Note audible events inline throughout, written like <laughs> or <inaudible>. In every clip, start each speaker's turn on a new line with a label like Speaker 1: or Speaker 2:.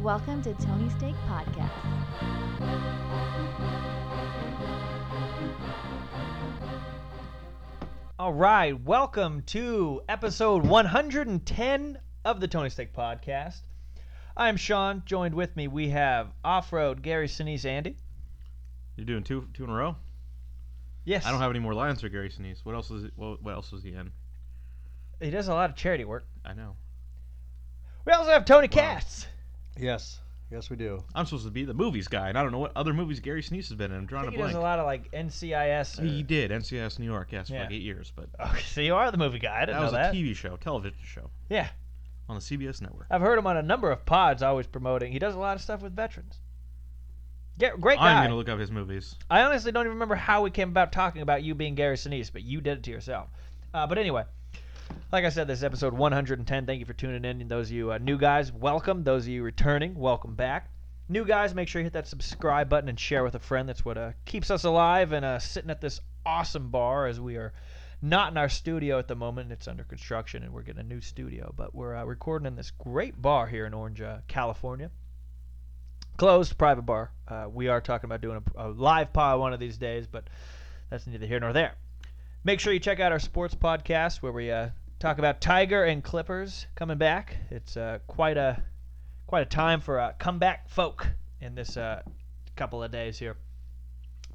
Speaker 1: Welcome to Tony Steak Podcast.
Speaker 2: All right, welcome to episode 110 of the Tony Steak Podcast. I'm Sean. Joined with me, we have off-road Gary Sinise, Andy.
Speaker 3: You're doing two two in a row.
Speaker 2: Yes,
Speaker 3: I don't have any more lions for Gary Sinise. What else is it, what, what else was he in?
Speaker 2: He does a lot of charity work.
Speaker 3: I know.
Speaker 2: We also have Tony Katz.
Speaker 4: Yes, yes, we do.
Speaker 3: I'm supposed to be the movies guy, and I don't know what other movies Gary Sinise has been in. I'm
Speaker 2: I
Speaker 3: drawing
Speaker 2: think he
Speaker 3: a blank.
Speaker 2: does a lot of like NCIS. Or...
Speaker 3: He did NCIS New York, yes,
Speaker 2: Yeah.
Speaker 3: for like eight years, but
Speaker 2: Okay, so you are the movie guy. I didn't
Speaker 3: that was
Speaker 2: know that.
Speaker 3: a TV show, television show.
Speaker 2: Yeah.
Speaker 3: on the CBS network.
Speaker 2: I've heard him on a number of pods, always promoting. He does a lot of stuff with veterans. Yeah, great
Speaker 3: I'm
Speaker 2: guy.
Speaker 3: gonna look up his movies.
Speaker 2: I honestly don't even remember how we came about talking about you being Gary Sinise, but you did it to yourself. Uh, but anyway, like I said, this is episode 110. Thank you for tuning in. And those of you uh, new guys, welcome. Those of you returning, welcome back. New guys, make sure you hit that subscribe button and share with a friend. That's what uh, keeps us alive and uh, sitting at this awesome bar as we are not in our studio at the moment. It's under construction and we're getting a new studio, but we're uh, recording in this great bar here in Orange, uh, California closed private bar. Uh, we are talking about doing a, a live pod one of these days, but that's neither here nor there. Make sure you check out our sports podcast where we uh, talk about Tiger and Clippers coming back. It's uh, quite a quite a time for uh, comeback folk in this uh, couple of days here.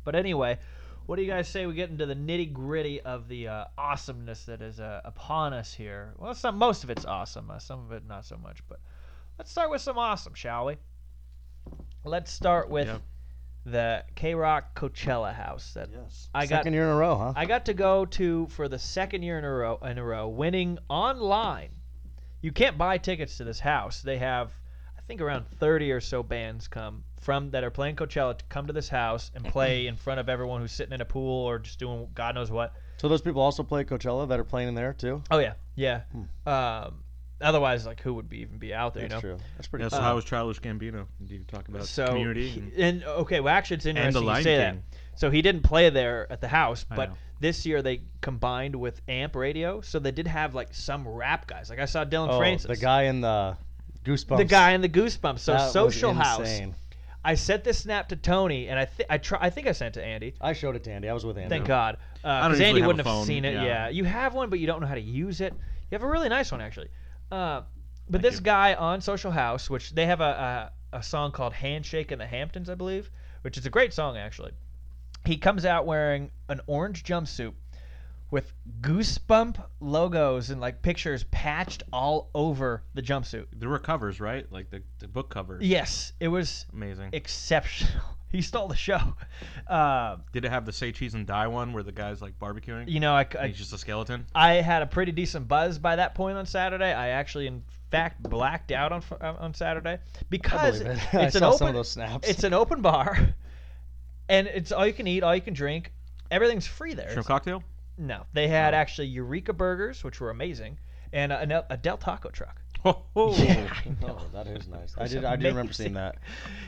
Speaker 2: But anyway, what do you guys say we get into the nitty gritty of the uh, awesomeness that is uh, upon us here? Well, some most of it's awesome, uh, some of it not so much. But let's start with some awesome, shall we? Let's start with
Speaker 3: Yep.
Speaker 2: the K Rock Coachella House that
Speaker 4: Yes.
Speaker 2: I got-
Speaker 4: second year in a row, huh?
Speaker 2: I got to go to for the second year in a row in a row, winning online. You can't buy tickets to this house. They have I think around 30 or so bands come from that are playing Coachella to come to this house and <clears throat> play in front of everyone who's sitting in a pool or just doing God knows what.
Speaker 4: so those people also play Coachella that are playing in there too.
Speaker 2: Oh yeah, yeah. Um, otherwise, like who would be, even be out there?
Speaker 4: That's
Speaker 2: you know.
Speaker 4: true. That's pretty.
Speaker 3: Yeah, so
Speaker 2: Uh,
Speaker 3: how was Childish Gambino? Do you talk about
Speaker 2: So
Speaker 3: community?
Speaker 2: he-
Speaker 3: and-
Speaker 2: and okay, well actually it's interesting you
Speaker 3: Lion
Speaker 2: say that.
Speaker 3: King.
Speaker 2: So he didn't play there at the house,
Speaker 3: I
Speaker 2: but
Speaker 3: know.
Speaker 2: this year they combined with Amp Radio, so they did have like some rap guys. Like I saw Dylan
Speaker 4: Oh,
Speaker 2: Francis,
Speaker 4: the guy in the Goosebumps.
Speaker 2: the guy in the Goosebumps. So
Speaker 4: That was
Speaker 2: Social House.
Speaker 4: insane.
Speaker 2: I sent this snap to Tony, and I th- I try I think I sent it to Andy.
Speaker 4: I showed it to Andy. I was with Andy.
Speaker 2: Thank God,
Speaker 3: don't
Speaker 2: because
Speaker 3: usually
Speaker 2: Andy
Speaker 3: have a
Speaker 2: wouldn't have,
Speaker 3: phone,
Speaker 2: seen it. Yeah.
Speaker 3: yeah.
Speaker 2: you have one, but you don't know how to use it. You have a really nice one actually. Uh, but
Speaker 3: Thank
Speaker 2: this
Speaker 3: you.
Speaker 2: guy on Social House, which they have a, a a song called "Handshake in the Hamptons," I believe, which is a great song actually. He comes out wearing an orange jumpsuit with goosebump logos and like pictures patched all over the jumpsuit.
Speaker 3: There were covers, right? Like the, the book covers.
Speaker 2: Yes, it was
Speaker 3: Amazing.
Speaker 2: exceptional. <laughs> He stole the show. Uh,
Speaker 3: Did it have the say cheese and die one where the guy's like barbecuing?
Speaker 2: you know, I,
Speaker 3: and
Speaker 2: I,
Speaker 3: he's just a skeleton.
Speaker 2: I had a pretty decent buzz by that point on Saturday. I actually, in fact, blacked out on fr- on Saturday
Speaker 4: I
Speaker 2: because
Speaker 4: believe
Speaker 2: it's
Speaker 4: it. <laughs>
Speaker 2: an
Speaker 4: I saw
Speaker 2: open
Speaker 4: some of those snaps. <laughs>
Speaker 2: it's an open bar, and it's all you can eat, all you can drink. Everything's free there.
Speaker 3: Shrimp
Speaker 2: It's-
Speaker 3: cocktail.
Speaker 2: No, they had actually Eureka burgers, which were amazing, and a, an El- a Del Taco truck.
Speaker 3: Ho, ho.
Speaker 2: <laughs> Yeah, I know.
Speaker 4: Oh, that is nice. I
Speaker 2: It's
Speaker 4: did. I do remember
Speaker 2: amazing.
Speaker 4: seeing that.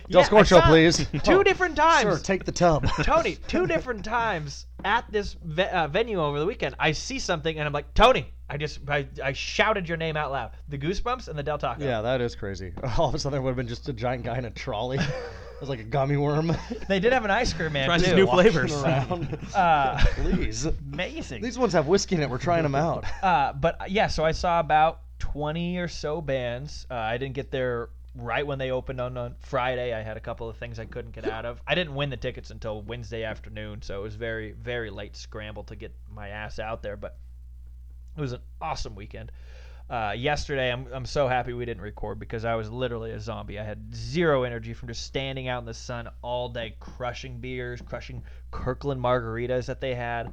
Speaker 2: Yeah,
Speaker 4: Del
Speaker 2: I
Speaker 4: Scorcho,
Speaker 2: saw it
Speaker 4: please.
Speaker 2: Two
Speaker 4: Oh,
Speaker 2: different
Speaker 4: Sir,
Speaker 2: times.
Speaker 4: take the tub.
Speaker 2: <laughs> Tony, two different times at this ve- uh, venue over the weekend, I see something and I'm like, Tony, I just I, I shouted your name out loud. The Goosebumps and the Del Taco.
Speaker 4: <laughs> Yeah, that is crazy. <laughs> All of a sudden, it would have been just a giant guy in a trolley. <laughs> it was like a gummy worm.
Speaker 2: They did have an ice cream man.
Speaker 3: Try
Speaker 2: too.
Speaker 3: some new
Speaker 4: <laughs> walking
Speaker 3: flavors.
Speaker 4: around.
Speaker 2: <laughs> Uh,
Speaker 4: <laughs> Please.
Speaker 2: amazing.
Speaker 4: These ones have whiskey in it. We're trying <laughs> them out.
Speaker 2: Uh, but uh, yeah, so I saw about 20 or so bands. Uh, I didn't get there right when they opened on, on Friday. I had a couple of things I couldn't get out of. I didn't win the tickets until Wednesday afternoon, so it was very, very late scramble to get my ass out there. But it was an awesome weekend. Uh, yesterday, I'm, I'm so happy we didn't record because I was literally a zombie. I had zero energy from just standing out in the sun all day, crushing beers, crushing Kirkland margaritas that they had.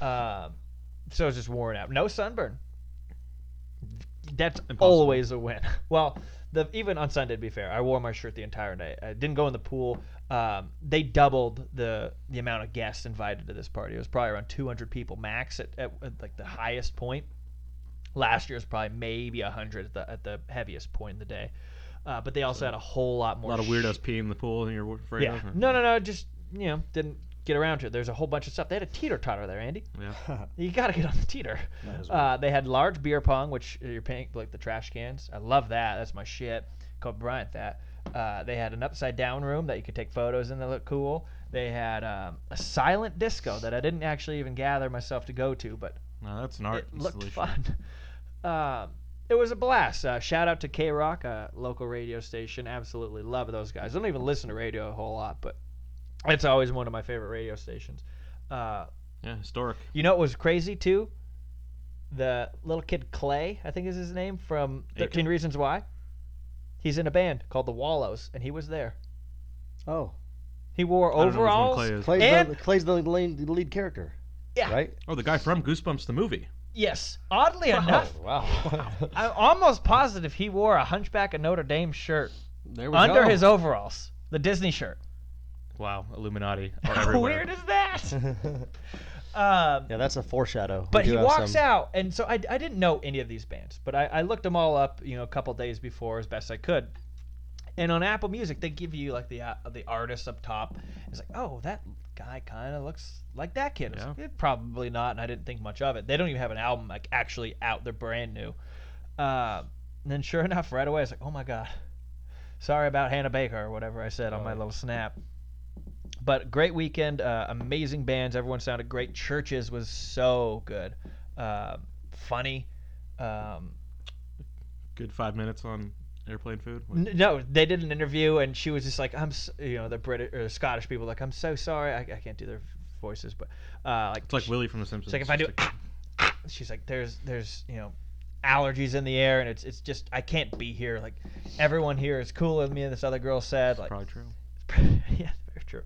Speaker 2: Um, so I was just worn out. No sunburn. That's
Speaker 3: Impossible.
Speaker 2: always a win. <laughs> Well, the even on Sunday, to be fair, I wore my shirt the entire day. I didn't go in the pool. Um, they doubled the the amount of guests invited to this party. It was probably around 200 people max at, at, at like the highest point. Last year was probably maybe 100 at the, at the heaviest point in the day. Uh, but they also had a whole lot
Speaker 3: A
Speaker 2: more.
Speaker 3: lot of
Speaker 2: sh-
Speaker 3: weirdos peeing in the pool, and you're afraid
Speaker 2: Yeah.
Speaker 3: of. or-
Speaker 2: No, no, no. Just you know, didn't get around to it. There's a whole bunch of stuff. They had a teeter totter there, Andy.
Speaker 3: Yeah.
Speaker 2: <laughs> You gotta get on the teeter. <laughs>
Speaker 4: Might as well.
Speaker 2: Uh, they had large beer pong, which you're paying like the trash cans. I love that. That's my shit. Kobe Bryant that. Uh, they had an upside down room that you could take photos in that looked cool. They had um, a silent disco that I didn't actually even gather myself to go to, but
Speaker 3: No, that's an art
Speaker 2: it looked
Speaker 3: installation.
Speaker 2: fun. <laughs> Um, it was a blast. Uh, shout out to K Rock, uh, local radio station. Absolutely love those guys. I don't even listen to radio a whole lot, but it's always one of my favorite radio stations. Uh,
Speaker 3: Yeah, historic.
Speaker 2: you know what was crazy too? The little kid Clay, I think is his name, from
Speaker 3: Aiken?
Speaker 2: Thirteen Reasons Why. He's in a band called the Wallows, and he was there.
Speaker 4: Oh,
Speaker 2: He wore
Speaker 3: I don't know which one
Speaker 2: overalls.
Speaker 3: Clay is.
Speaker 4: Clay's, the,
Speaker 2: And-
Speaker 4: Clay's the, lead, the lead character.
Speaker 2: Yeah.
Speaker 4: Right.
Speaker 3: Oh, the guy from Goosebumps the movie.
Speaker 2: Yes,
Speaker 3: <laughs>
Speaker 2: oddly enough,
Speaker 4: Oh, wow. <laughs>
Speaker 2: I'm almost positive he wore a Hunchback of Notre Dame shirt
Speaker 4: there we
Speaker 2: under
Speaker 4: go.
Speaker 2: his overalls, the Disney
Speaker 4: <laughs>
Speaker 2: shirt.
Speaker 3: Wow, Illuminati.
Speaker 2: <laughs>
Speaker 3: are
Speaker 2: How
Speaker 3: everywhere.
Speaker 2: weird is that?
Speaker 4: <laughs>
Speaker 2: <laughs> um,
Speaker 4: yeah, that's a foreshadow. We
Speaker 2: but
Speaker 4: do
Speaker 2: he
Speaker 4: have
Speaker 2: walks
Speaker 4: some-
Speaker 2: out, and so I, I didn't know any of these bands, but I, I looked them all up, you know, a couple days before as best I could. And on Apple Music, they give you like the uh, the artist up top. It's like, oh, that guy kind of looks like that kid. I was
Speaker 3: Yeah.
Speaker 2: like, "Eh, probably not, and I didn't think much of it. They don't even have an album like actually out; they're brand new. Um and then, sure <laughs> enough, right away, I was like, oh my god, sorry about Hannah Baker or whatever I said on my little snap. But great weekend, uh, amazing bands. Everyone sounded great. Churches was so good, Um funny. Um,
Speaker 3: Good five minutes on airplane food.
Speaker 2: n- no, they did an interview and she was just like, "I'm," s you know, the British or Scottish people like, "I'm so sorry, I, I can't do their voices," but uh, like,
Speaker 3: It's like
Speaker 2: she-
Speaker 3: Willie from The Simpsons.
Speaker 2: it's like if I do,
Speaker 3: Just like-
Speaker 2: she's like, "There's, there's, you know." allergies in the air and it's it's just I can't be here like everyone here is cooler than me and this other girl said like
Speaker 3: probably true.
Speaker 2: <laughs> yeah, very true.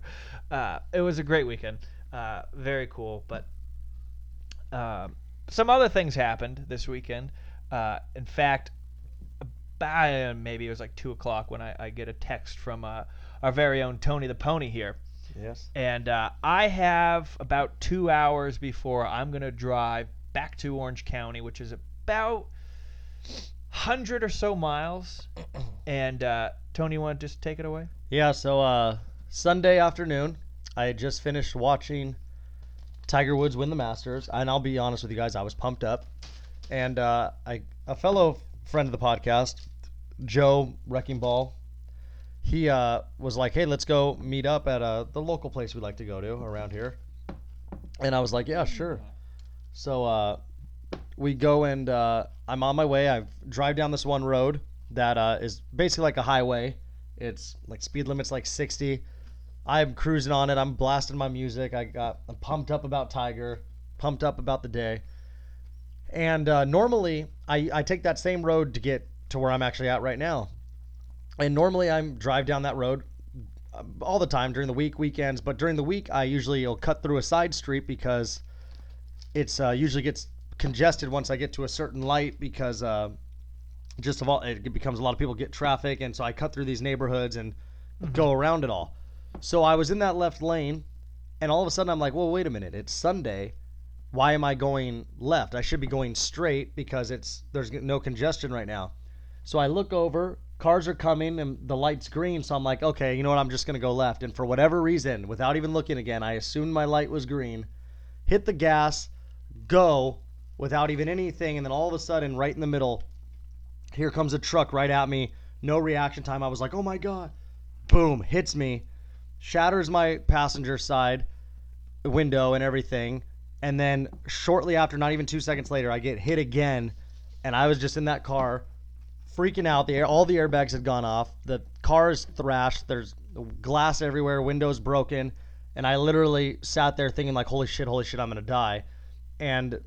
Speaker 2: Uh, it was a great weekend. Uh, very cool. But um, some other things happened this weekend. Uh, in fact, about maybe it was like two o'clock when I, I get a text from uh, our very own Tony the Pony here,
Speaker 4: Yes.
Speaker 2: and uh, I have about two hours before I'm gonna drive back to Orange County, which is about hundred or so miles. And uh, Tony, you want to just take it away?
Speaker 4: Yeah. So uh, Sunday afternoon, I had just finished watching Tiger Woods win the Masters, and I'll be honest with you guys, I was pumped up. And uh, I, a fellow friend of the podcast, Joe Wrecking Ball, he uh, was like, "Hey, let's go meet up at uh, the local place we like to go to around here." And I was like, "Yeah, sure." So uh, we go and uh, I'm on my way. I drive down this one road that uh, is basically like a highway. It's like speed limit's like 60. I'm cruising on it. I'm blasting my music. I got I'm pumped up about Tiger, pumped up about the day. And uh, normally I, I take that same road to get to where I'm actually at right now. And normally I'm drive down that road uh, all the time during the week, weekends. But during the week I usually will cut through a side street because it's uh, usually gets congested once I get to a certain light because uh, just of all it becomes a lot of people get traffic and so I cut through these neighborhoods and go around it all. So I was in that left lane and all of a sudden I'm like, "Well, wait a minute. It's Sunday. Why am I going left? I should be going straight because it's there's no congestion right now." So I look over, cars are coming and the light's green, so I'm like, "Okay, you know what? I'm just going to go left." And for whatever reason, without even looking again, I assumed my light was green. Hit the gas, go without even anything and then all of a sudden right in the middle here comes a truck right at me. No reaction time. I was like, oh my God. Boom, hits me, shatters my passenger side window and everything. And then shortly after, not even two seconds later, I get hit again. And I was just in that car freaking out. The air, all the airbags had gone off. The car is thrashed. There's glass everywhere, windows broken. And I literally sat there thinking, like, holy shit, holy shit, I'm going to die. And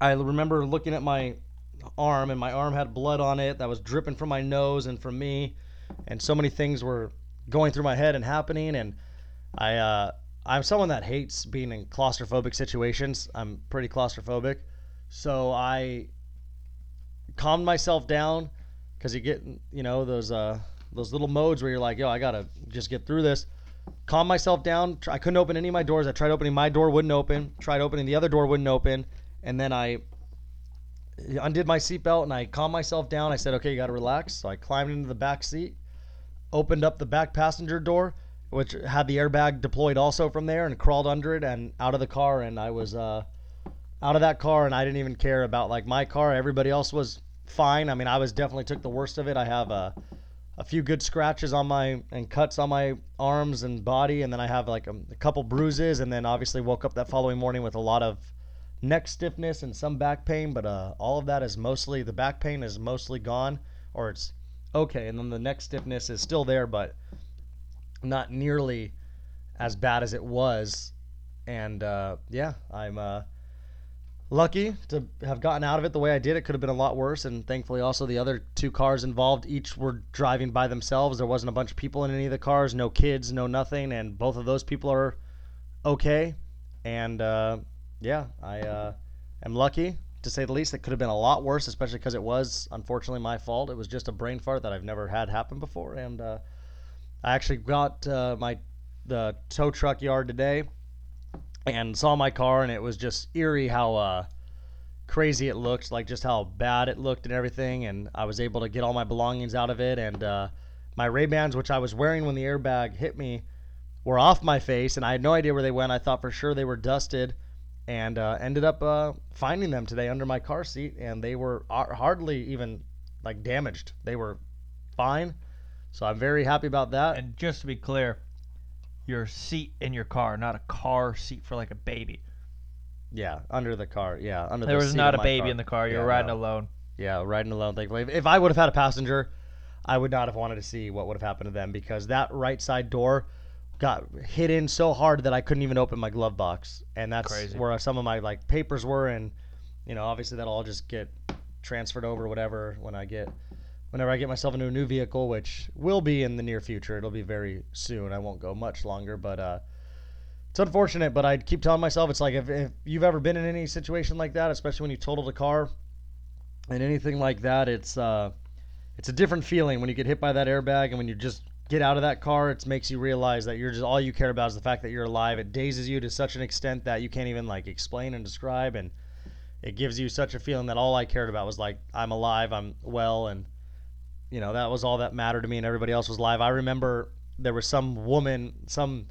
Speaker 4: I remember looking at my arm and my arm had blood on it that was dripping from my nose and from me and so many things were going through my head and happening and i uh, i'm someone that hates being in claustrophobic situations i'm pretty claustrophobic so i calmed myself down because you get you know those uh those little modes where you're like yo i gotta just get through this calm myself down Tr- i couldn't open any of my doors i tried opening my door wouldn't open tried opening the other door wouldn't open and then i undid my seatbelt and I calmed myself down. I said, "Okay, you got to relax." So I climbed into the back seat, opened up the back passenger door, which had the airbag deployed also from there, and crawled under it and out of the car. And I was uh, out of that car, and I didn't even care about like my car. Everybody else was fine. I mean, I was definitely took the worst of it. I have a a few good scratches on my and cuts on my arms and body, and then I have like a, a couple bruises, and then obviously woke up that following morning with a lot of neck stiffness and some back pain. But uh, all of that is mostly the back pain is mostly gone, or it's okay, and then the neck stiffness is still there, but not nearly as bad as it was. And uh, yeah, I'm uh, lucky to have gotten out of it the way I did. It could have been a lot worse. And thankfully, also, the other two cars involved each were driving by themselves. There wasn't a bunch of people in any of the cars, no kids, no nothing. And both of those people are okay. And uh, yeah, I uh, am lucky to say the least. It could have been a lot worse, especially because it was, unfortunately, my fault. It was just a brain fart that I've never had happen before. And uh, I actually got uh, my the tow truck yard today and saw my car and it was just eerie how uh, crazy it looked like just how bad it looked and everything and i was able to get all my belongings out of it and uh, my ray bans which i was wearing when the airbag hit me were off my face and i had no idea where they went i thought for sure they were dusted and uh, ended up uh, finding them today under my car seat and they were har- hardly even like damaged they were fine so i'm very happy about that
Speaker 2: And just to be clear, your seat in your car, not a car seat for like a baby.
Speaker 4: Yeah, under the car. Yeah, under.
Speaker 2: There
Speaker 4: the
Speaker 2: was
Speaker 4: seat
Speaker 2: not
Speaker 4: of
Speaker 2: a
Speaker 4: my
Speaker 2: baby in the car. You
Speaker 4: Yeah,
Speaker 2: were riding
Speaker 4: no.
Speaker 2: alone.
Speaker 4: Yeah, riding alone. Thankfully, if, if I would have had a passenger, I would not have wanted to see what would have happened to them because that right side door got hit in so hard that I couldn't even open my glove box, and that's
Speaker 2: Crazy.
Speaker 4: where some of my like papers were, and you know, obviously that'll all just get transferred over, whatever, when I get. Whenever I get myself into a new vehicle, which will be in the near future, it'll be very soon. I won't go much longer, but uh, it's unfortunate, but I keep telling myself it's like if, if you've ever been in any situation like that, especially when you totaled a car and anything like that, it's uh, it's a different feeling when you get hit by that airbag and when you just get out of that car. It makes you realize that you're just all you care about is the fact that you're alive. It dazes you to such an extent that you can't even like explain and describe, and it gives you such a feeling that all I cared about was like I'm alive, I'm well, and you know that was all that mattered to me, and everybody else was alive. I remember there was some woman, some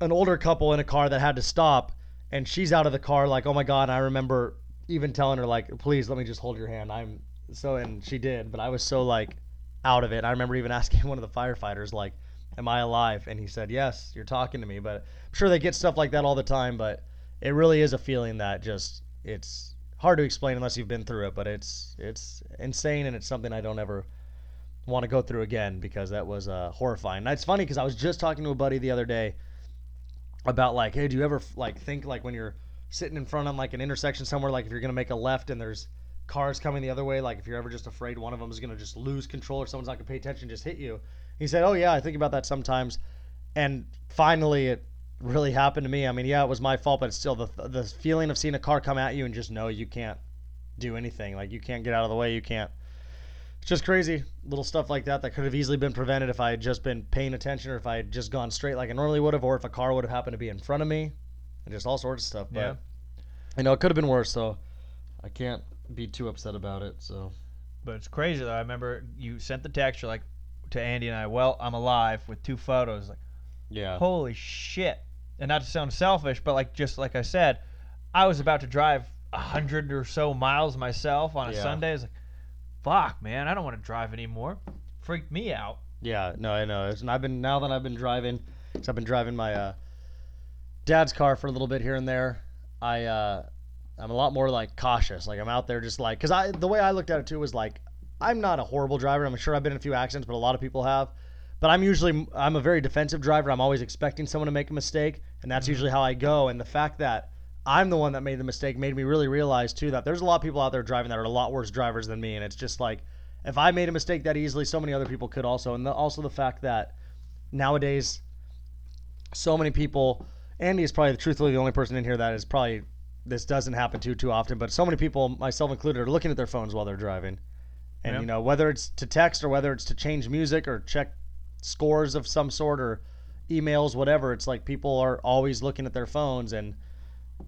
Speaker 4: an older couple in a car that had to stop and she's out of the car like oh my god and i remember even telling her like please let me just hold your hand i'm so and she did but i was so like out of it i remember even <laughs> asking one of the firefighters like am i alive and he said yes you're talking to me but i'm sure they get stuff like that all the time but it really is a feeling that just it's hard to explain unless you've been through it but it's it's insane and it's something i don't ever want to go through again because that was uh, horrifying and it's funny because i was just talking to a buddy the other day about like, hey, do you ever like think like when you're sitting in front of like an intersection somewhere, like if you're gonna make a left and there's cars coming the other way, like if you're ever just afraid one of them is gonna just lose control or someone's not gonna pay attention, just hit you. He said, oh yeah, I think about that sometimes, and finally it really happened to me. I mean, yeah, it was my fault, but it's still the the feeling of seeing a car come at you and just know you can't do anything, like you can't get out of the way, you can't. It's just crazy little stuff like that that could have easily been prevented if I had just been paying attention or if I had just gone straight like I normally would have or if a car would have happened to be in front of me and just all sorts of stuff. But
Speaker 2: Yeah.
Speaker 4: you know, it could have been worse, so I can't be too upset about it. So
Speaker 2: But it's crazy though. I remember you sent the text. You're like to Andy and I. Well, I'm alive with two photos. Like
Speaker 4: yeah.
Speaker 2: holy shit! And not to sound selfish, but like just like I said, I was about to drive a hundred or so miles myself on a
Speaker 4: Yeah.
Speaker 2: Sunday. It's like, fuck, man, I don't want to drive anymore. Freaked me out.
Speaker 4: Yeah, no, I know. It's, and I've been now that I've been driving, i I've been driving my uh, dad's car for a little bit here and there. I uh, I'm a lot more like cautious. Like I'm out there just like because I the way I looked at it too was like I'm not a horrible driver. I'm sure I've been in a few accidents, but a lot of people have. But I'm usually I'm a very defensive driver. I'm always expecting someone to make a mistake, and that's usually how I go. And the fact that I'm the one that made the mistake made me really realize too that there's a lot of people out there driving that are a lot worse drivers than me, and it's just like if I made a mistake that easily, so many other people could also, and the, also the fact that nowadays, so many people. Andy is probably truthfully the only person in here that is probably this doesn't happen to too often, but so many people, myself included, are looking at their phones while they're driving, and
Speaker 2: Yeah.
Speaker 4: you know whether it's to text or whether it's to change music or check scores of some sort or emails, whatever. It's like people are always looking at their phones, and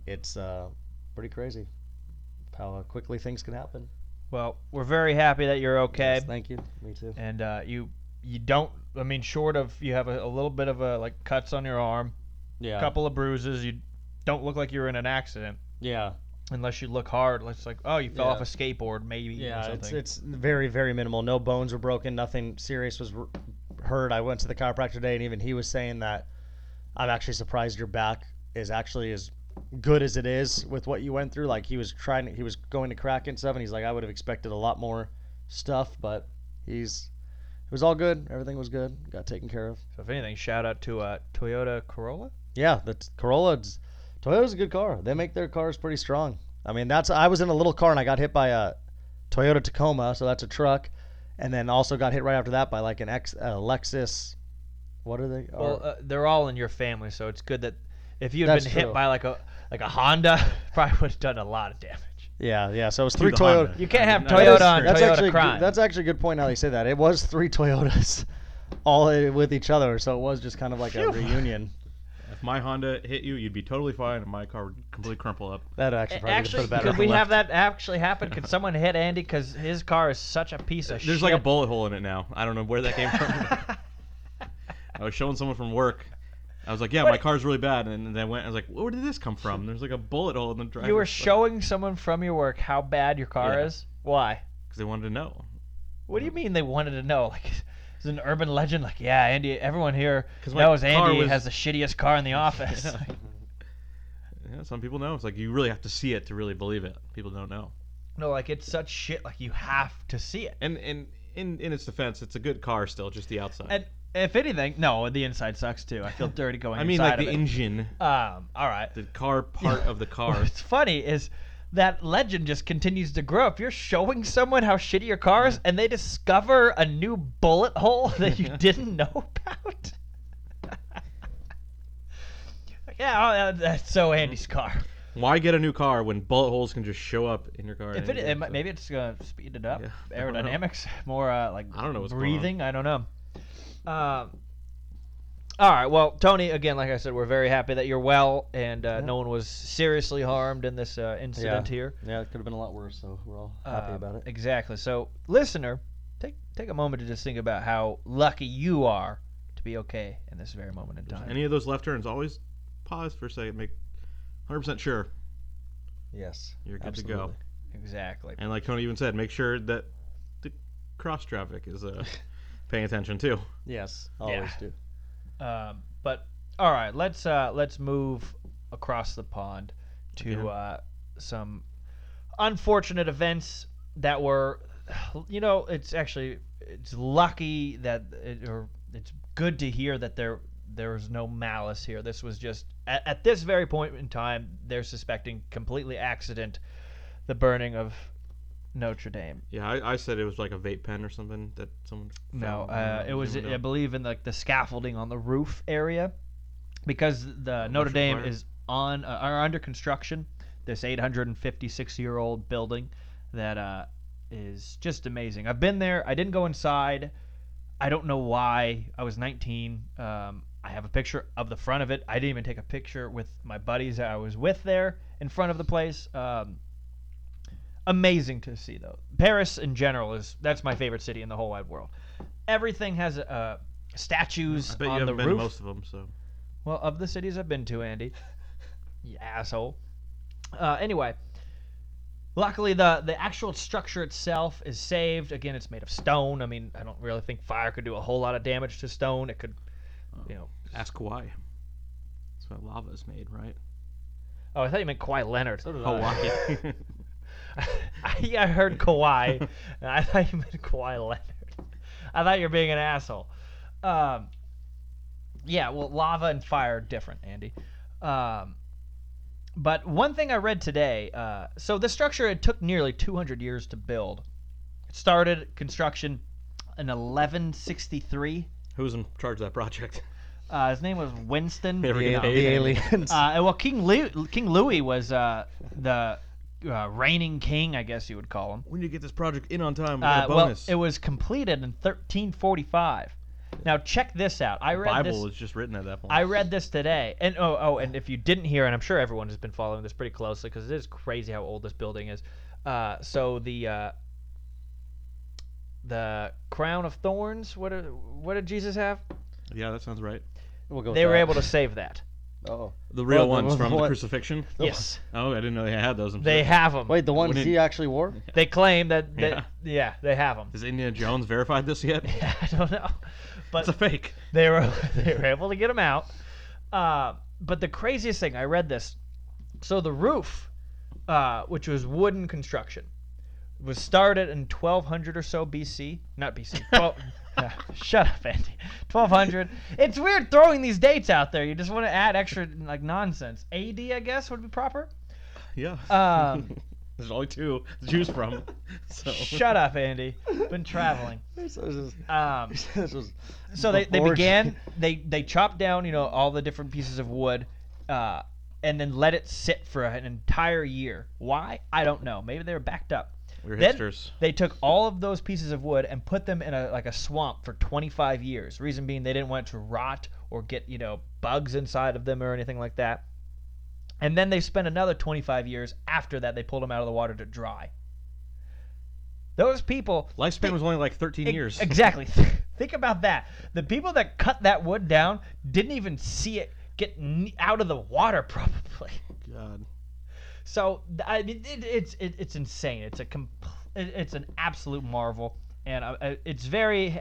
Speaker 4: it's uh, pretty crazy how uh, quickly things can happen.
Speaker 2: Well, we're very happy that you're okay.
Speaker 4: Yes, thank you. Me too.
Speaker 2: and uh, you you don't. I mean, short of you have a, a little bit of a like cuts on your arm,
Speaker 4: Yeah.
Speaker 2: couple of bruises. You don't look like you were in an accident.
Speaker 4: Yeah.
Speaker 2: unless you look hard. It's like, oh, you fell
Speaker 4: Yeah.
Speaker 2: off a skateboard, maybe. or
Speaker 4: Yeah,
Speaker 2: something.
Speaker 4: it's it's very very minimal. No bones were broken. Nothing serious was r- hurt. I went to the chiropractor today, and even he was saying that I'm actually surprised your back is actually as good as it is with what you went through. Like he was trying, he was going to crack and stuff, and he's like, I would have expected a lot more stuff, but he's it was all good. Everything was good. Got taken care of.
Speaker 2: so if anything, shout out to uh, Toyota Corolla.
Speaker 4: Yeah, the t- Corolla, it's- Toyota's a good car. They make their cars pretty strong. I mean, that's I was in a little car and I got hit by a Toyota Tacoma, so that's a truck, and then also got hit right after that by like an X uh, Lexus. What are they?
Speaker 2: Well,
Speaker 4: Or-
Speaker 2: uh, they're all in your family, so it's good that if you had
Speaker 4: That's
Speaker 2: been
Speaker 4: true.
Speaker 2: hit by like a like a Honda, <laughs> probably would have done a lot of damage.
Speaker 4: yeah, yeah. So it was
Speaker 3: Through
Speaker 4: three
Speaker 3: the
Speaker 4: Toyota.
Speaker 3: Honda.
Speaker 2: You can't have
Speaker 3: That is
Speaker 2: Toyota on
Speaker 3: true.
Speaker 4: That's
Speaker 2: Toyota
Speaker 4: actually
Speaker 2: crime.
Speaker 4: Good, that's actually a good point. Now they say that it was three Toyotas, <laughs> all i- with each other, so it was just kind of like a
Speaker 2: Phew.
Speaker 4: reunion.
Speaker 3: If my Honda hit you, you'd be totally fine, and my car would completely crumple up.
Speaker 4: That actually probably would've
Speaker 2: Actually,
Speaker 4: put a
Speaker 2: could
Speaker 4: better <laughs>
Speaker 2: we have that actually happen? Could someone hit Andy because his car is such a piece of shit?
Speaker 3: There's like a bullet hole in it now. I don't know where that
Speaker 2: <laughs>
Speaker 3: came from. I was showing someone from work. I was like, "Yeah, my car's really bad," and then they went. I was like, "Where did this come from?" There's like a bullet hole in the driver.
Speaker 2: you were showing someone from your work how bad your car
Speaker 3: Yeah.
Speaker 2: is. Why?
Speaker 3: because they wanted to know.
Speaker 2: What do you mean they wanted to know? <laughs> Like, it's an urban legend. Like, yeah, Andy. Everyone here
Speaker 3: 'Cause my
Speaker 2: knows
Speaker 3: car
Speaker 2: Andy
Speaker 3: was-
Speaker 2: has the shittiest car
Speaker 3: <laughs>
Speaker 2: in the office.
Speaker 3: Yeah. Yeah, some people know. It's like you really have to see it to really believe it. People don't know.
Speaker 2: <laughs> no, like it's such shit. Like you have to see it.
Speaker 3: And and in in its defense, it's a good car still, just the outside.
Speaker 2: And if anything, no, the inside sucks too. I
Speaker 3: <laughs>
Speaker 2: feel dirty going.
Speaker 3: I mean,
Speaker 2: inside
Speaker 3: like
Speaker 2: of
Speaker 3: the
Speaker 2: it.
Speaker 3: engine,
Speaker 2: Um. All right.
Speaker 3: the car part
Speaker 2: <laughs>
Speaker 3: of the car.
Speaker 2: What's funny is that legend just continues to grow. If you're showing someone how shitty your car is, and they discover a new bullet hole <laughs> that
Speaker 3: <laughs>
Speaker 2: you didn't know about. <laughs> Yeah, oh, that- that's so Andy's car.
Speaker 3: Why get a new car when bullet holes can just show up in your car? at
Speaker 2: If it,
Speaker 3: any
Speaker 2: it,
Speaker 3: time?
Speaker 2: might- maybe it's gonna speed it up.
Speaker 3: Yeah, I don't know.
Speaker 2: Aerodynamics, more uh, like
Speaker 3: I don't know what's going on.
Speaker 2: breathing. I don't know. Um, all right. Well, Tony, again, like I said, we're very happy that you're well and uh, no one was seriously harmed in this uh, incident here.
Speaker 4: Yeah, it could have been a lot worse. So we're all happy
Speaker 2: Uh,
Speaker 4: about it.
Speaker 2: Exactly. So, listener, take take a moment to just think about how lucky you are to be okay in this very moment in time.
Speaker 3: any of those left turns, always pause for a second, make 100% sure
Speaker 4: Yes,
Speaker 3: you're good to go.
Speaker 4: absolutely.
Speaker 2: exactly.
Speaker 3: And like Tony even said, make sure that the cross traffic
Speaker 2: <laughs>
Speaker 3: is uh, paying attention too.
Speaker 4: Yes, always do.
Speaker 2: Um, but all right, let's uh, let's move across the pond to
Speaker 3: Yeah.
Speaker 2: uh, some unfortunate events that were, you know, it's actually it's lucky that it, or it's good to hear that there there was no malice here. This was just at, at this very point in time they're suspecting completely accident the burning of Notre Dame.
Speaker 3: Yeah, I, I said it was like a vape pen or something that someone.
Speaker 2: No,
Speaker 3: found.
Speaker 2: uh,
Speaker 3: Does
Speaker 2: it was
Speaker 3: anyone
Speaker 2: I
Speaker 3: know?
Speaker 2: believe in like the scaffolding on the roof area, because the Notre
Speaker 3: roof
Speaker 2: Dame
Speaker 3: fire?
Speaker 2: is on uh, are under construction. This 856 year old building that uh, is just amazing. I've been there. I didn't go inside. I don't know why. I was 19. Um, I have a picture of the front of it. I didn't even take a picture with my buddies that I was with there in front of the place. Um, amazing to see though. Paris in general is that's my favorite city in the whole wide world. Everything has uh, statues
Speaker 3: I bet you
Speaker 2: on
Speaker 3: haven't
Speaker 2: the
Speaker 3: been to
Speaker 2: roof.
Speaker 3: most of them, so.
Speaker 2: Well, of the cities I've been to, Andy, you asshole. Uh, anyway, luckily the the actual structure itself is saved. Again, it's made of stone. I mean, I don't really think fire could do a whole lot of damage to stone. It could, you know.
Speaker 3: Ask why. That's why lava is made, right?
Speaker 2: Oh, I thought you meant Kawhi Leonard.
Speaker 3: <laughs> Hawaii.
Speaker 2: <laughs> I, I heard Kawhi, and I thought you meant Kawhi Leonard. I thought you were being an asshole. Um, yeah, well, lava and fire are different, Andy. Um, but one thing I read today, uh, so this structure it took nearly 200 years to build. It started construction in 1163.
Speaker 3: Who was in charge of that project?
Speaker 2: Uh, his name was Winston.
Speaker 3: Never
Speaker 4: The,
Speaker 3: get
Speaker 4: the
Speaker 3: paid.
Speaker 4: aliens.
Speaker 2: <laughs> Uh, well, King Lu- King Louis was uh, the uh, reigning king, I guess you would call him.
Speaker 3: When you get this project in on time, we
Speaker 2: Uh,
Speaker 3: get a
Speaker 2: well,
Speaker 3: bonus.
Speaker 2: it was completed in 1345. Now check this out. I read
Speaker 3: Bible
Speaker 2: this.
Speaker 3: was just written at that point.
Speaker 2: I read this today, and oh, oh, and if you didn't hear, and I'm sure everyone has been following this pretty closely because it is crazy how old this building is. Uh, so the uh, the crown of thorns. What did, what did Jesus have?
Speaker 3: Yeah, that sounds right.
Speaker 4: we'll go with
Speaker 2: they were
Speaker 4: that.
Speaker 2: able to save that.
Speaker 4: Oh,
Speaker 3: The real
Speaker 4: Well,
Speaker 3: ones
Speaker 4: the
Speaker 3: from the
Speaker 4: one-
Speaker 3: crucifixion.
Speaker 2: Yes,
Speaker 3: <laughs> Oh, I didn't know they had those. I'm
Speaker 2: they
Speaker 3: sure.
Speaker 2: have them.
Speaker 4: wait, the ones
Speaker 3: Wouldn't-
Speaker 4: he actually wore?
Speaker 2: They claim that. that yeah.
Speaker 3: Yeah.
Speaker 2: they have them.
Speaker 3: Has Indiana Jones verified this yet?
Speaker 2: <laughs> I don't know, <laughs> but
Speaker 3: It's a fake.
Speaker 2: they were <laughs> they were able to get them out. Uh, but the craziest thing I read this. So the roof, uh, which was wooden construction, was started in 1200 or so BC. Not BC. 12, Ah, <laughs> shut up, Andy. 1200. It's weird throwing these dates out there. You just want to add extra like nonsense. AD, I guess, would be proper.
Speaker 3: Yeah.
Speaker 2: Um,
Speaker 3: There's only two to
Speaker 2: <laughs>
Speaker 3: choose from. So.
Speaker 2: Shut up, Andy.
Speaker 4: <laughs>
Speaker 2: Been traveling.
Speaker 4: This was,
Speaker 2: Um,
Speaker 4: <laughs> this was
Speaker 2: so they, they
Speaker 4: Orgy.
Speaker 2: began they they chopped down you know all the different pieces of wood uh, and then let it sit for an entire year why i don't know maybe they were backed up
Speaker 3: We're
Speaker 2: Then-
Speaker 3: hipsters.
Speaker 2: they took all of those pieces of wood and put them in a like a swamp for 25 years reason being they didn't want it to rot or get you know bugs inside of them or anything like that and then they spent another 25 years after that they pulled them out of the water to dry those people
Speaker 3: Lifespan was only like 13
Speaker 2: Ex-
Speaker 3: years. <laughs>
Speaker 2: Exactly. Think about that. The people that cut that wood down didn't even see it get ne- out of the water, <laughs> probably.
Speaker 3: God.
Speaker 2: So th- I mean, it, it's it, it's insane. It's a comp- it, it's an absolute marvel, and uh, uh, it's very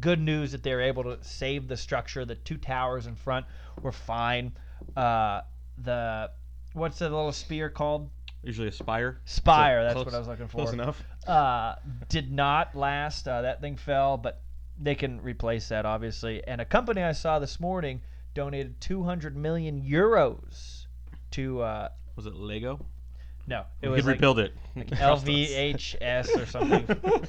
Speaker 2: good news that they're able to save the structure. The two towers in front were fine. Uh, the what's the little spear called?
Speaker 3: Usually a spire.
Speaker 2: Spire.
Speaker 3: So
Speaker 2: that's
Speaker 3: close-
Speaker 2: what I was looking for
Speaker 3: Close enough.
Speaker 2: uh, did not last. Uh, that thing fell, but they can replace that, obviously. And a company I saw this morning donated 200 million euros to. Uh,
Speaker 3: Was it Lego?
Speaker 2: no, it
Speaker 3: we
Speaker 2: was
Speaker 3: could
Speaker 2: like
Speaker 3: rebuild it. Trust us.
Speaker 2: LVHS or something.
Speaker 4: <laughs>
Speaker 3: <laughs>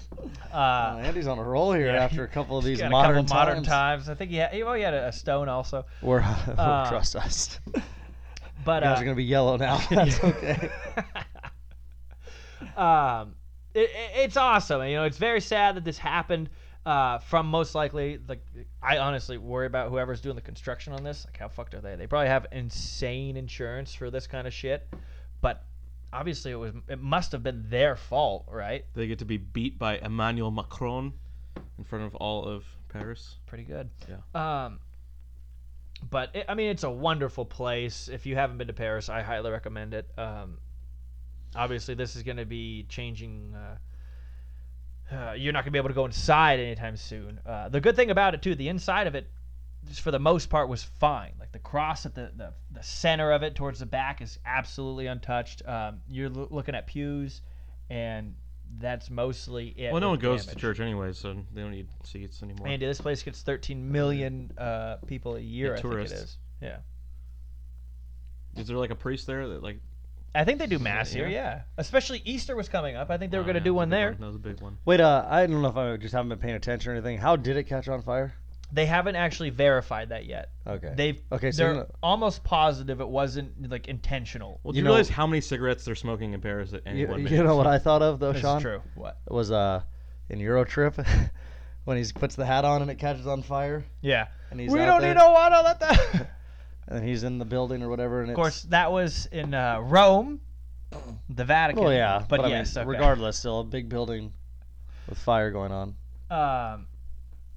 Speaker 4: Uh,
Speaker 2: Uh,
Speaker 4: Andy's on a roll here
Speaker 2: yeah,
Speaker 4: after a couple of
Speaker 2: he's
Speaker 4: these
Speaker 2: got a
Speaker 4: modern,
Speaker 2: couple modern
Speaker 4: times.
Speaker 2: times. I think he had, well, he had a, a stone also,
Speaker 4: We're, <laughs>
Speaker 2: Uh,
Speaker 4: trust <laughs> us.
Speaker 2: but
Speaker 4: Guys
Speaker 2: uh,
Speaker 4: are gonna be yellow now. <laughs>
Speaker 2: <laughs>
Speaker 4: That's okay.
Speaker 2: um, it, it- it's awesome. You know, it's very sad that this happened uh, from most likely. Like, I honestly worry about whoever's doing the construction on this. Like, how fucked are they? They probably have insane insurance for this kind of shit, but obviously it was it must have been their fault, right?
Speaker 3: They get to be beat by Emmanuel Macron in front of all of Paris.
Speaker 2: Pretty good. Yeah. Um, but it, I mean, it's a wonderful place. If you haven't been to Paris, I highly recommend it. Um, obviously, this is going to be changing. Uh, uh, you're not going to be able to go inside anytime soon. Uh, the good thing about it too, the inside of it, just for the most part, was fine. Like the cross at the the, the center of it, towards the back, is absolutely untouched. Um, you're loo- looking at pews, and that's mostly it.
Speaker 3: Well, no one
Speaker 2: with
Speaker 3: goes to
Speaker 2: damage.
Speaker 3: church anyway, so they don't need seats anymore.
Speaker 2: Andy, this place gets 13 million uh, people a year. I
Speaker 3: tourists.
Speaker 2: think it is. Yeah,
Speaker 3: Is there like a priest there that like?
Speaker 2: I think they do
Speaker 3: Is it-
Speaker 2: mass here.
Speaker 3: yeah?
Speaker 2: Yeah, especially Easter was coming up. I think they were
Speaker 3: Oh,
Speaker 2: going to
Speaker 3: yeah,
Speaker 2: do
Speaker 3: that's a
Speaker 2: one
Speaker 3: big
Speaker 2: there.
Speaker 3: That was a big one.
Speaker 4: Wait, uh, I don't know if I just haven't been paying attention or anything. How did it catch on fire?
Speaker 2: They haven't actually verified that yet.
Speaker 4: Okay.
Speaker 2: They've
Speaker 4: Okay, so
Speaker 2: they're
Speaker 4: no-
Speaker 2: almost positive it wasn't like intentional.
Speaker 3: Well, do
Speaker 4: You
Speaker 3: you,
Speaker 4: know-
Speaker 3: realize how many cigarettes they're smoking in Paris at any
Speaker 4: You,
Speaker 3: one
Speaker 4: you
Speaker 3: minute?
Speaker 4: know what I thought of though,
Speaker 2: This is
Speaker 4: Sean?
Speaker 2: true. What?
Speaker 4: It was uh, in Eurotrip <laughs> when he puts the hat on and it catches on fire,
Speaker 2: Yeah.
Speaker 4: and he's
Speaker 2: we
Speaker 4: out
Speaker 2: don't
Speaker 4: there,
Speaker 2: need no water. Let that. <laughs>
Speaker 4: <laughs>
Speaker 2: of
Speaker 4: and he's in the building or whatever. And of
Speaker 2: course, that was in uh, Rome, the Vatican.
Speaker 4: Well, yeah,
Speaker 2: but,
Speaker 4: I mean,
Speaker 2: yes, okay.
Speaker 4: regardless, still a big building with fire going on.
Speaker 2: Um,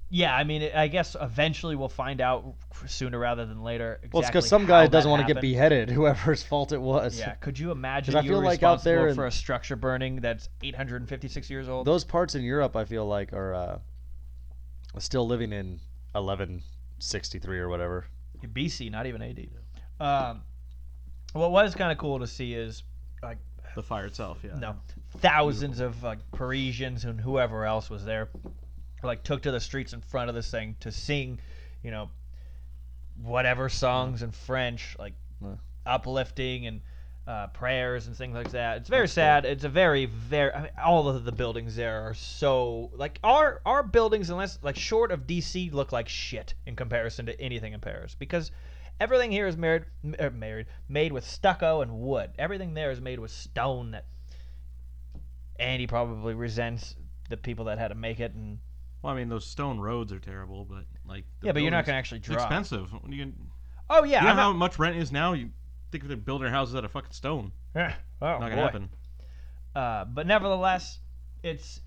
Speaker 2: yeah, I mean, I guess eventually we'll find out sooner rather than later. Exactly
Speaker 4: Well, it's because some
Speaker 2: how
Speaker 4: guy
Speaker 2: that
Speaker 4: doesn't want to get
Speaker 2: happened.
Speaker 4: beheaded, <laughs> whoever's fault it was. <laughs>
Speaker 2: Yeah, could you imagine
Speaker 4: I
Speaker 2: you
Speaker 4: feel
Speaker 2: were
Speaker 4: like out
Speaker 2: responsible
Speaker 4: there
Speaker 2: for
Speaker 4: in-
Speaker 2: a structure burning that's 856 years old?
Speaker 4: Those parts in Europe, I feel like, are uh, still living in 1163 or whatever.
Speaker 2: BC, not even AD. Um, what was kind of cool to see is like
Speaker 3: The fire itself, yeah.
Speaker 2: no thousands of like Parisians and whoever else was there, like took to the streets in front of this thing to sing, you know, whatever songs in French, like
Speaker 4: Yeah.
Speaker 2: uplifting and uh, prayers and things like that. It's very sad. It's a very very. I mean, all of the buildings there are so like our our buildings, unless like short of DC, look like shit in comparison to anything in Paris because. Everything here is married, m- er, married, made with stucco and wood. Everything there is made with stone that Andy probably resents the people that had to make it. And
Speaker 3: Well, I mean, those stone roads are terrible, but like. the
Speaker 2: yeah, but you're not going
Speaker 3: buildings-
Speaker 2: to actually
Speaker 3: It's
Speaker 2: drive.
Speaker 3: expensive. What are You, gonna-
Speaker 2: Oh yeah,
Speaker 3: you know
Speaker 2: I'm
Speaker 3: how
Speaker 2: not-
Speaker 3: much rent is now? You think if they're building their houses out of fucking stone,
Speaker 2: Yeah. Oh,
Speaker 3: not gonna
Speaker 2: boy.
Speaker 3: happen.
Speaker 2: Uh, but nevertheless, it's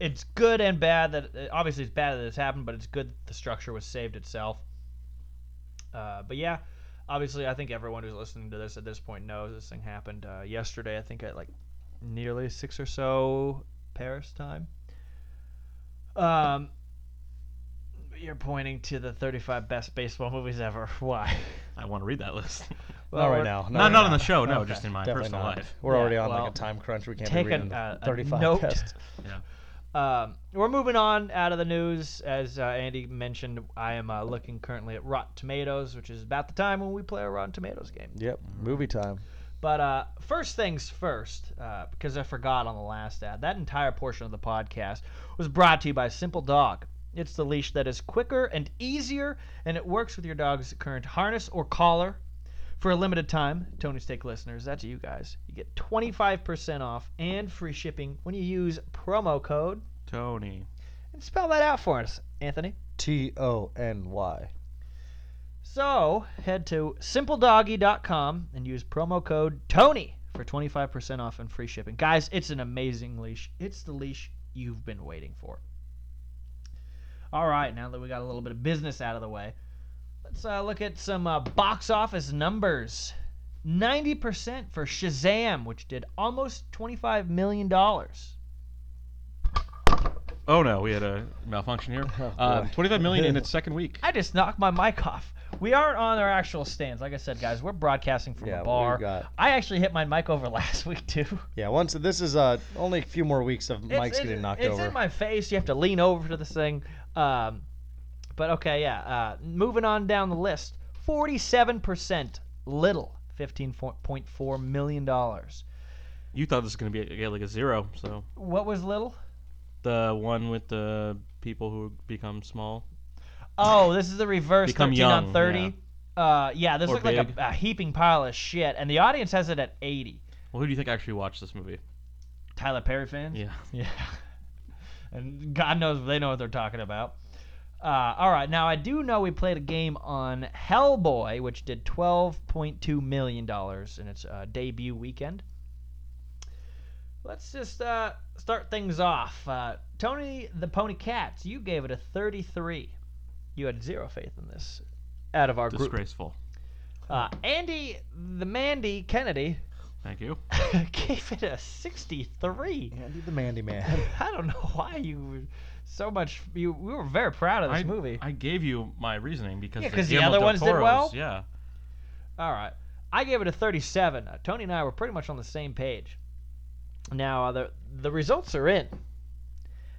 Speaker 2: it's good and bad that obviously it's bad that this happened, but it's good that the structure was saved itself. Uh, but yeah, Obviously, I think everyone who's listening to this at this point knows this thing happened uh, yesterday. I think at like nearly six or so Paris time. Um, you're pointing to the 35 best baseball movies ever. <laughs> Why?
Speaker 3: I want to read
Speaker 2: <laughs>
Speaker 3: that list.
Speaker 4: not right
Speaker 2: we're-
Speaker 4: now.
Speaker 3: not
Speaker 4: right
Speaker 3: not
Speaker 4: now.
Speaker 3: on the show. No,
Speaker 2: Okay.
Speaker 3: just in my
Speaker 4: Definitely
Speaker 3: personal
Speaker 4: not.
Speaker 3: life.
Speaker 4: We're
Speaker 2: Yeah,
Speaker 4: already on
Speaker 2: well,
Speaker 4: like a time crunch. We can't
Speaker 2: take
Speaker 4: be reading
Speaker 2: a-
Speaker 4: the
Speaker 2: a
Speaker 4: 35
Speaker 2: note.
Speaker 4: <laughs> best.
Speaker 3: Yeah.
Speaker 2: Um, we're moving on out of the news. As uh, Andy mentioned, I am uh, looking currently at Rotten Tomatoes, which is about the time when we play a Rotten Tomatoes game.
Speaker 4: Yep, movie time.
Speaker 2: But uh, first things first, uh, because I forgot on the last ad, that entire portion of the podcast was brought to you by Simple Dog. It's the leash that is quicker and easier, and it works with your dog's current harness or collar. For a limited time, Tony Steak listeners, that's you guys, you get 25% off and free shipping when you use promo code.
Speaker 3: Tony.
Speaker 2: And spell that out for us, Anthony.
Speaker 4: T O N Y.
Speaker 2: So head to simpledoggy.com and use promo code Tony for 25% off and free shipping. Guys, it's an amazing leash. It's the leash you've been waiting for. All right, now that we got a little bit of business out of the way, let's uh, look at some uh, box office numbers. 90% for Shazam, which did almost $25 million.
Speaker 3: Oh no, we had a malfunction
Speaker 2: <laughs>
Speaker 3: here.
Speaker 4: Oh,
Speaker 3: Uh,
Speaker 4: boy.
Speaker 3: 25 million in its second week.
Speaker 2: I just knocked my mic off. We aren't on our actual stands. Like I said, guys, we're broadcasting from
Speaker 4: Yeah,
Speaker 2: a
Speaker 4: we
Speaker 2: bar.
Speaker 4: got-
Speaker 2: I actually hit my mic over <laughs> last week too.
Speaker 4: Yeah, once this is uh, only a few more weeks of
Speaker 2: It's-
Speaker 4: Mike's
Speaker 2: it's,
Speaker 4: getting knocked
Speaker 2: it's
Speaker 4: over.
Speaker 2: in my face. You have to lean over to this thing. Um, but okay, yeah. Uh, moving on down the list, forty-seven percent little, fifteen point four million dollars.
Speaker 3: You thought this was gonna be yeah, like a zero, so
Speaker 2: What was little?
Speaker 3: the one with the people who become small.
Speaker 2: Oh, this is the reverse
Speaker 3: Become
Speaker 2: 13 on
Speaker 3: young,
Speaker 2: 30. Uh, yeah, this
Speaker 3: Or
Speaker 2: looked like
Speaker 3: big.
Speaker 2: a, a heaping pile of shit, and the audience has it at 80.
Speaker 3: Well, who do you think actually watched this movie?
Speaker 2: Tyler Perry fans?
Speaker 3: Yeah.
Speaker 2: <laughs> Yeah. And God knows they know what they're talking about. Uh, all right, now I do know we played a game on Hellboy, which did twelve point two million dollars in its uh, debut weekend. Let's just uh, start things off. Uh, Tony the Pony Cats, you gave it a thirty-three. You had zero faith in this out of our group.
Speaker 3: Disgraceful.
Speaker 2: Uh, Andy the Mandy Kennedy <laughs>
Speaker 3: Thank you.
Speaker 2: gave it a sixty-three.
Speaker 4: Andy the
Speaker 2: <laughs>
Speaker 4: Mandy Man.
Speaker 2: I don't know why you were so much. You we were very proud of this
Speaker 3: I,
Speaker 2: movie.
Speaker 3: I gave you my reasoning because
Speaker 2: Yeah,
Speaker 3: the
Speaker 2: 'cause the
Speaker 3: Guillermo
Speaker 2: other
Speaker 3: del
Speaker 2: ones did
Speaker 3: Toro's-
Speaker 2: well.
Speaker 3: Yeah.
Speaker 2: All right, I gave it a 37. Uh, Tony and I were pretty much on the same page. Now uh, the the results are in.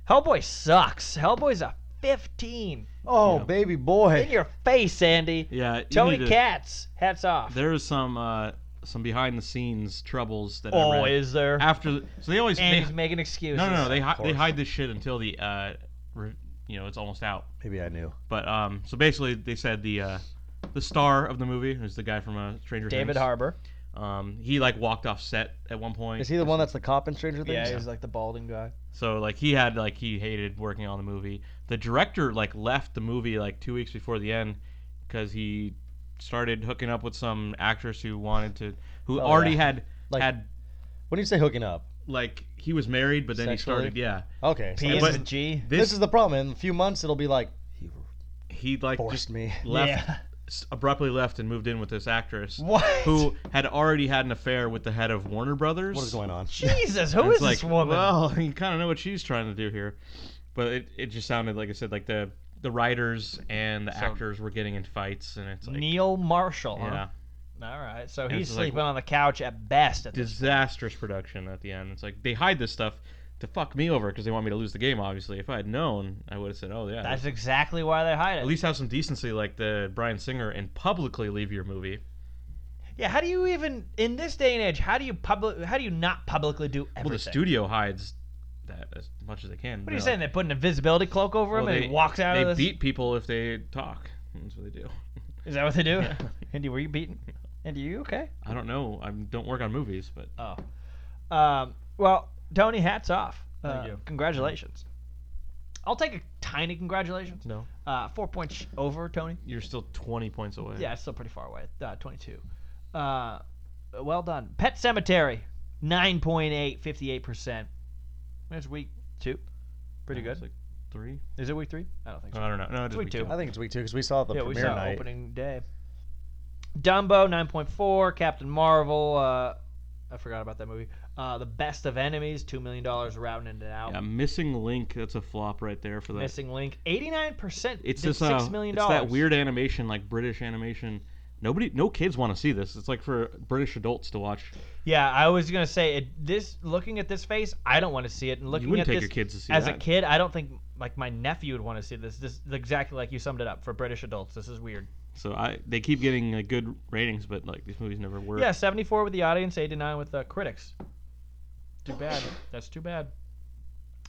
Speaker 2: Hellboy sucks. Hellboy's a 15.
Speaker 4: Oh,
Speaker 3: Yeah.
Speaker 4: baby
Speaker 2: In
Speaker 4: boy.
Speaker 2: your face, Andy.
Speaker 3: Yeah. you
Speaker 2: Tony
Speaker 3: need to-
Speaker 2: Katz, hats off.
Speaker 3: There is some uh, some behind the scenes troubles that I
Speaker 2: oh,
Speaker 3: read.
Speaker 2: is there?
Speaker 3: after the, so they always
Speaker 2: And
Speaker 3: they,
Speaker 2: he's making excuses.
Speaker 3: no no no they hi- they
Speaker 4: course.
Speaker 3: hide this shit until the uh, re, you know it's almost out.
Speaker 4: Maybe I knew.
Speaker 3: But um, so basically they said the uh, the star of the movie who's the guy from uh, Stranger
Speaker 2: David
Speaker 3: Things.
Speaker 2: Harbour.
Speaker 3: Um, he like walked off set at one point.
Speaker 4: Is he the one that's the cop in Stranger Things?
Speaker 2: Yeah, he's like the balding guy.
Speaker 3: So like he had like he hated working on the movie. The director like left the movie like two weeks before the end because he started hooking up with some actress who wanted to who
Speaker 4: Oh,
Speaker 3: already
Speaker 4: yeah.
Speaker 3: had
Speaker 4: Like-
Speaker 3: had
Speaker 4: When you say hooking up,
Speaker 3: like he was married but then
Speaker 4: Sexually?
Speaker 3: he started yeah
Speaker 4: okay. so
Speaker 2: P
Speaker 4: this,
Speaker 3: but-
Speaker 2: is a G.
Speaker 4: this
Speaker 3: this,
Speaker 4: is the problem. In a few months, it'll be like he
Speaker 3: he like
Speaker 4: forced
Speaker 3: just
Speaker 4: me.
Speaker 3: left
Speaker 2: Yeah.
Speaker 3: s- abruptly left and moved in with this
Speaker 2: <laughs>
Speaker 3: actress
Speaker 2: What?
Speaker 3: who had already had an affair with the head of Warner Brothers
Speaker 4: <laughs> What is going on? <laughs>
Speaker 2: Jesus, who
Speaker 3: And
Speaker 2: is
Speaker 3: it's like,
Speaker 2: this woman?
Speaker 3: Well, <laughs> you kind of know what she's trying to do here, but it, it just sounded like I said, like the the writers and the actors were getting in fights, and it's like
Speaker 2: Neil Marshall. huh?
Speaker 3: yeah,
Speaker 2: All right, so
Speaker 3: And
Speaker 2: he's
Speaker 3: it's like-
Speaker 2: sleeping on the couch at best. At this.
Speaker 3: disastrous production at the end. It's like they hide this stuff to fuck me over because they want me to lose the game. Obviously, if I had known, I would have said, oh yeah,
Speaker 2: That's exactly why they hide
Speaker 3: at
Speaker 2: it.
Speaker 3: least have some decency, like the Brian Singer, and publicly leave your movie.
Speaker 2: Yeah, how do you even in this day and age? How do you public? How do you not publicly do everything?
Speaker 3: Well, the studio hides that as much as they can.
Speaker 2: What are you saying? They put an invisibility cloak over him
Speaker 3: Well,
Speaker 2: and
Speaker 3: they-
Speaker 2: he walks out
Speaker 3: They
Speaker 2: of this.
Speaker 3: beat people if they talk. That's what they do.
Speaker 2: Is that what they do? <laughs> Andy, were you beaten? Andy, you okay?
Speaker 3: I don't know. I don't work on movies, but
Speaker 2: Oh, um, well, Tony, hats off.
Speaker 3: Thank
Speaker 2: Uh,
Speaker 3: you.
Speaker 2: Congratulations. I'll take a tiny congratulations.
Speaker 3: no.
Speaker 2: Uh, four points sh- over, Tony.
Speaker 3: You're still 20 points away.
Speaker 2: Yeah, it's still pretty far away. Uh, 22. Uh, well done. Pet Cemetery, 9.8, 58%. That's week two. Pretty
Speaker 3: Yeah,
Speaker 2: good.
Speaker 3: it's like three. Oh,
Speaker 2: Is it week three? I don't think so.
Speaker 3: I don't know. No, it is
Speaker 2: week
Speaker 3: week
Speaker 2: two.
Speaker 3: two.
Speaker 4: I think it's week two because we saw it the
Speaker 2: yeah, we
Speaker 4: premiere
Speaker 2: saw
Speaker 4: night.
Speaker 2: opening day. Dumbo 9.4, Captain Marvel. Uh, I forgot about that movie. Uh, the Best of Enemies, two million dollars, rounding it out.
Speaker 3: Yeah, missing link. That's a flop right there for that.
Speaker 2: Missing Link, 89 percent.
Speaker 3: It's
Speaker 2: did
Speaker 3: this
Speaker 2: six
Speaker 3: uh,
Speaker 2: million
Speaker 3: It's
Speaker 2: dollars.
Speaker 3: that weird animation, like British animation. Nobody, no kids want to see this. It's like for British adults to watch.
Speaker 2: Yeah, I was gonna say it, this. Looking at this face, I don't want to see it. And looking
Speaker 3: you wouldn't
Speaker 2: at
Speaker 3: take
Speaker 2: this
Speaker 3: your kids to see
Speaker 2: as
Speaker 3: that.
Speaker 2: a kid, I don't think like my nephew would want to see this. This is exactly like you summed it up for British adults. This is weird.
Speaker 3: So I, they keep getting like, good ratings, but like these movies never work.
Speaker 2: Yeah, 74 with the audience, 89 with the critics. Too bad. That's too bad.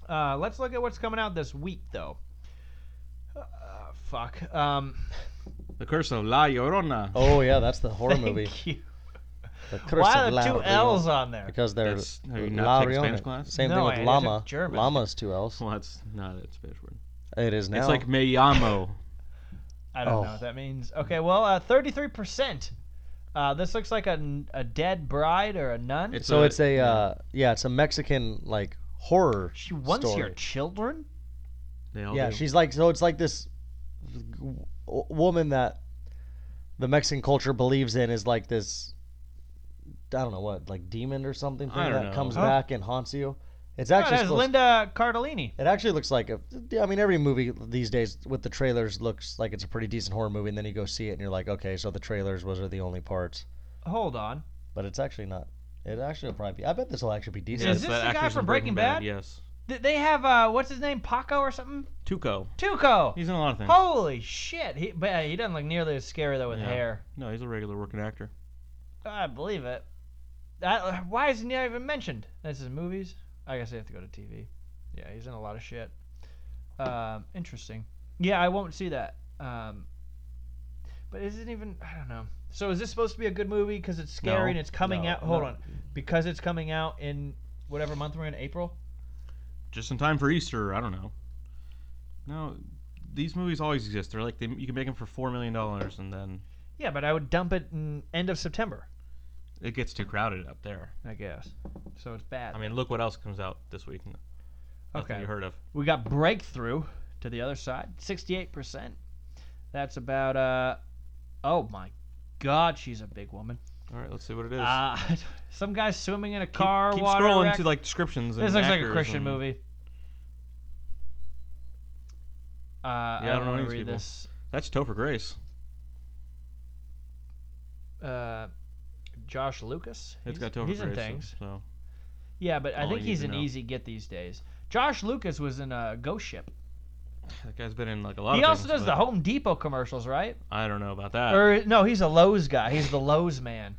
Speaker 2: Uh, let's look at what's coming out this week, though. Uh, fuck. Um, <laughs>
Speaker 3: The Curse of La Llorona.
Speaker 4: Oh yeah, that's the
Speaker 2: <laughs>
Speaker 4: horror
Speaker 2: thank
Speaker 4: movie.
Speaker 2: you.
Speaker 4: The Curse
Speaker 2: Why are
Speaker 4: of
Speaker 2: there two
Speaker 4: La
Speaker 2: L's
Speaker 4: Llorona.
Speaker 2: on there?
Speaker 4: Because they're
Speaker 3: That's- have you not taken Spanish
Speaker 4: Llorona.
Speaker 3: class?
Speaker 4: Same
Speaker 2: No,
Speaker 4: thing
Speaker 2: I
Speaker 4: with
Speaker 2: took
Speaker 4: llama.
Speaker 2: German.
Speaker 4: Llama's two L's.
Speaker 3: Well, that's not a Spanish word.
Speaker 4: It is now.
Speaker 3: It's like me llamo.
Speaker 2: I don't know
Speaker 4: Oh.
Speaker 2: what that means. Okay, well, uh, 33%. Uh, this looks like a, n- a dead bride or a nun.
Speaker 3: It's
Speaker 4: so
Speaker 3: a-
Speaker 4: it's a uh, yeah, it's a Mexican like horror.
Speaker 2: she wants
Speaker 4: story.
Speaker 2: your children?
Speaker 3: They all
Speaker 4: Yeah,
Speaker 3: do.
Speaker 4: she's like so. It's like this w- woman that the Mexican culture believes in is like this. I don't know what, like demon or something
Speaker 3: I
Speaker 4: thing
Speaker 3: don't
Speaker 4: that
Speaker 3: know.
Speaker 4: comes
Speaker 2: Huh?
Speaker 4: back and haunts you. It's
Speaker 2: That's
Speaker 4: actually supposed-
Speaker 2: Linda Cardellini.
Speaker 4: It actually looks like a. I mean, every movie these days with the trailers looks like it's a pretty decent horror movie, and then you go see it and you're like, okay, so the trailers was are the only parts,
Speaker 2: Hold on.
Speaker 4: but it's actually not. It actually will probably be. I bet this will actually be
Speaker 3: Yeah,
Speaker 4: decent.
Speaker 2: Is
Speaker 3: it's
Speaker 2: this
Speaker 3: that
Speaker 2: the guy
Speaker 3: actress
Speaker 2: from
Speaker 3: in
Speaker 2: Breaking Bad?
Speaker 3: Yes.
Speaker 2: Th- They have, uh, what's his name? Paco or something?
Speaker 3: Tuco.
Speaker 2: Tuco!
Speaker 3: He's in a lot of things.
Speaker 2: Holy shit! He, but he doesn't look nearly as scary though with
Speaker 3: Yeah.
Speaker 2: hair.
Speaker 3: No, he's a regular working actor.
Speaker 2: I believe it. That, why is he not even mentioned? This is movies. I guess I have to go to TV. Yeah, he's in a lot of shit. Um, interesting. Yeah, I won't see that. Um, but is it even? I don't know. So is this supposed to be a good movie because it's scary
Speaker 3: No,
Speaker 2: and it's coming
Speaker 4: no,
Speaker 2: out? Hold
Speaker 4: no.
Speaker 2: on, because it's coming out in whatever month we're in, April.
Speaker 3: Just in time for Easter. I don't know. No, these movies always exist. They're like they, you can make them for four million dollars, and then
Speaker 2: Yeah, but I would dump it in end of September.
Speaker 3: it gets too crowded up there.
Speaker 2: I guess. So it's bad.
Speaker 3: I mean, look what else comes out this week. Nothing
Speaker 2: Okay.
Speaker 3: you heard of.
Speaker 2: We got breakthrough to the other side, sixty-eight percent. That's about uh, oh my God, she's a big woman.
Speaker 3: All right, let's see what it is.
Speaker 2: Uh, <laughs> some guy swimming in a
Speaker 3: Keep-
Speaker 2: car.
Speaker 3: Keep,
Speaker 2: water
Speaker 3: scrolling
Speaker 2: wreck.
Speaker 3: to like descriptions.
Speaker 2: this
Speaker 3: and
Speaker 2: looks like a
Speaker 3: actors
Speaker 2: Christian
Speaker 3: and-
Speaker 2: movie. Uh, I
Speaker 3: don't
Speaker 2: don't,
Speaker 3: know
Speaker 2: want
Speaker 3: these
Speaker 2: to read
Speaker 3: people.
Speaker 2: this.
Speaker 3: That's Topher Grace.
Speaker 2: Uh, Josh Lucas.
Speaker 3: It's
Speaker 2: he's,
Speaker 3: got Topher
Speaker 2: He's
Speaker 3: Grace.
Speaker 2: in things.
Speaker 3: So
Speaker 2: Yeah, but I
Speaker 3: all
Speaker 2: think
Speaker 3: you
Speaker 2: he's
Speaker 3: need
Speaker 2: an
Speaker 3: to know.
Speaker 2: easy get these days. Josh Lucas was in a Ghost Ship.
Speaker 3: that guy's been in like a lot.
Speaker 2: He
Speaker 3: of
Speaker 2: also
Speaker 3: things,
Speaker 2: does
Speaker 3: but
Speaker 2: the Home Depot commercials, right?
Speaker 3: I don't know about that.
Speaker 2: Or no, he's a Lowe's guy. He's the Lowe's man.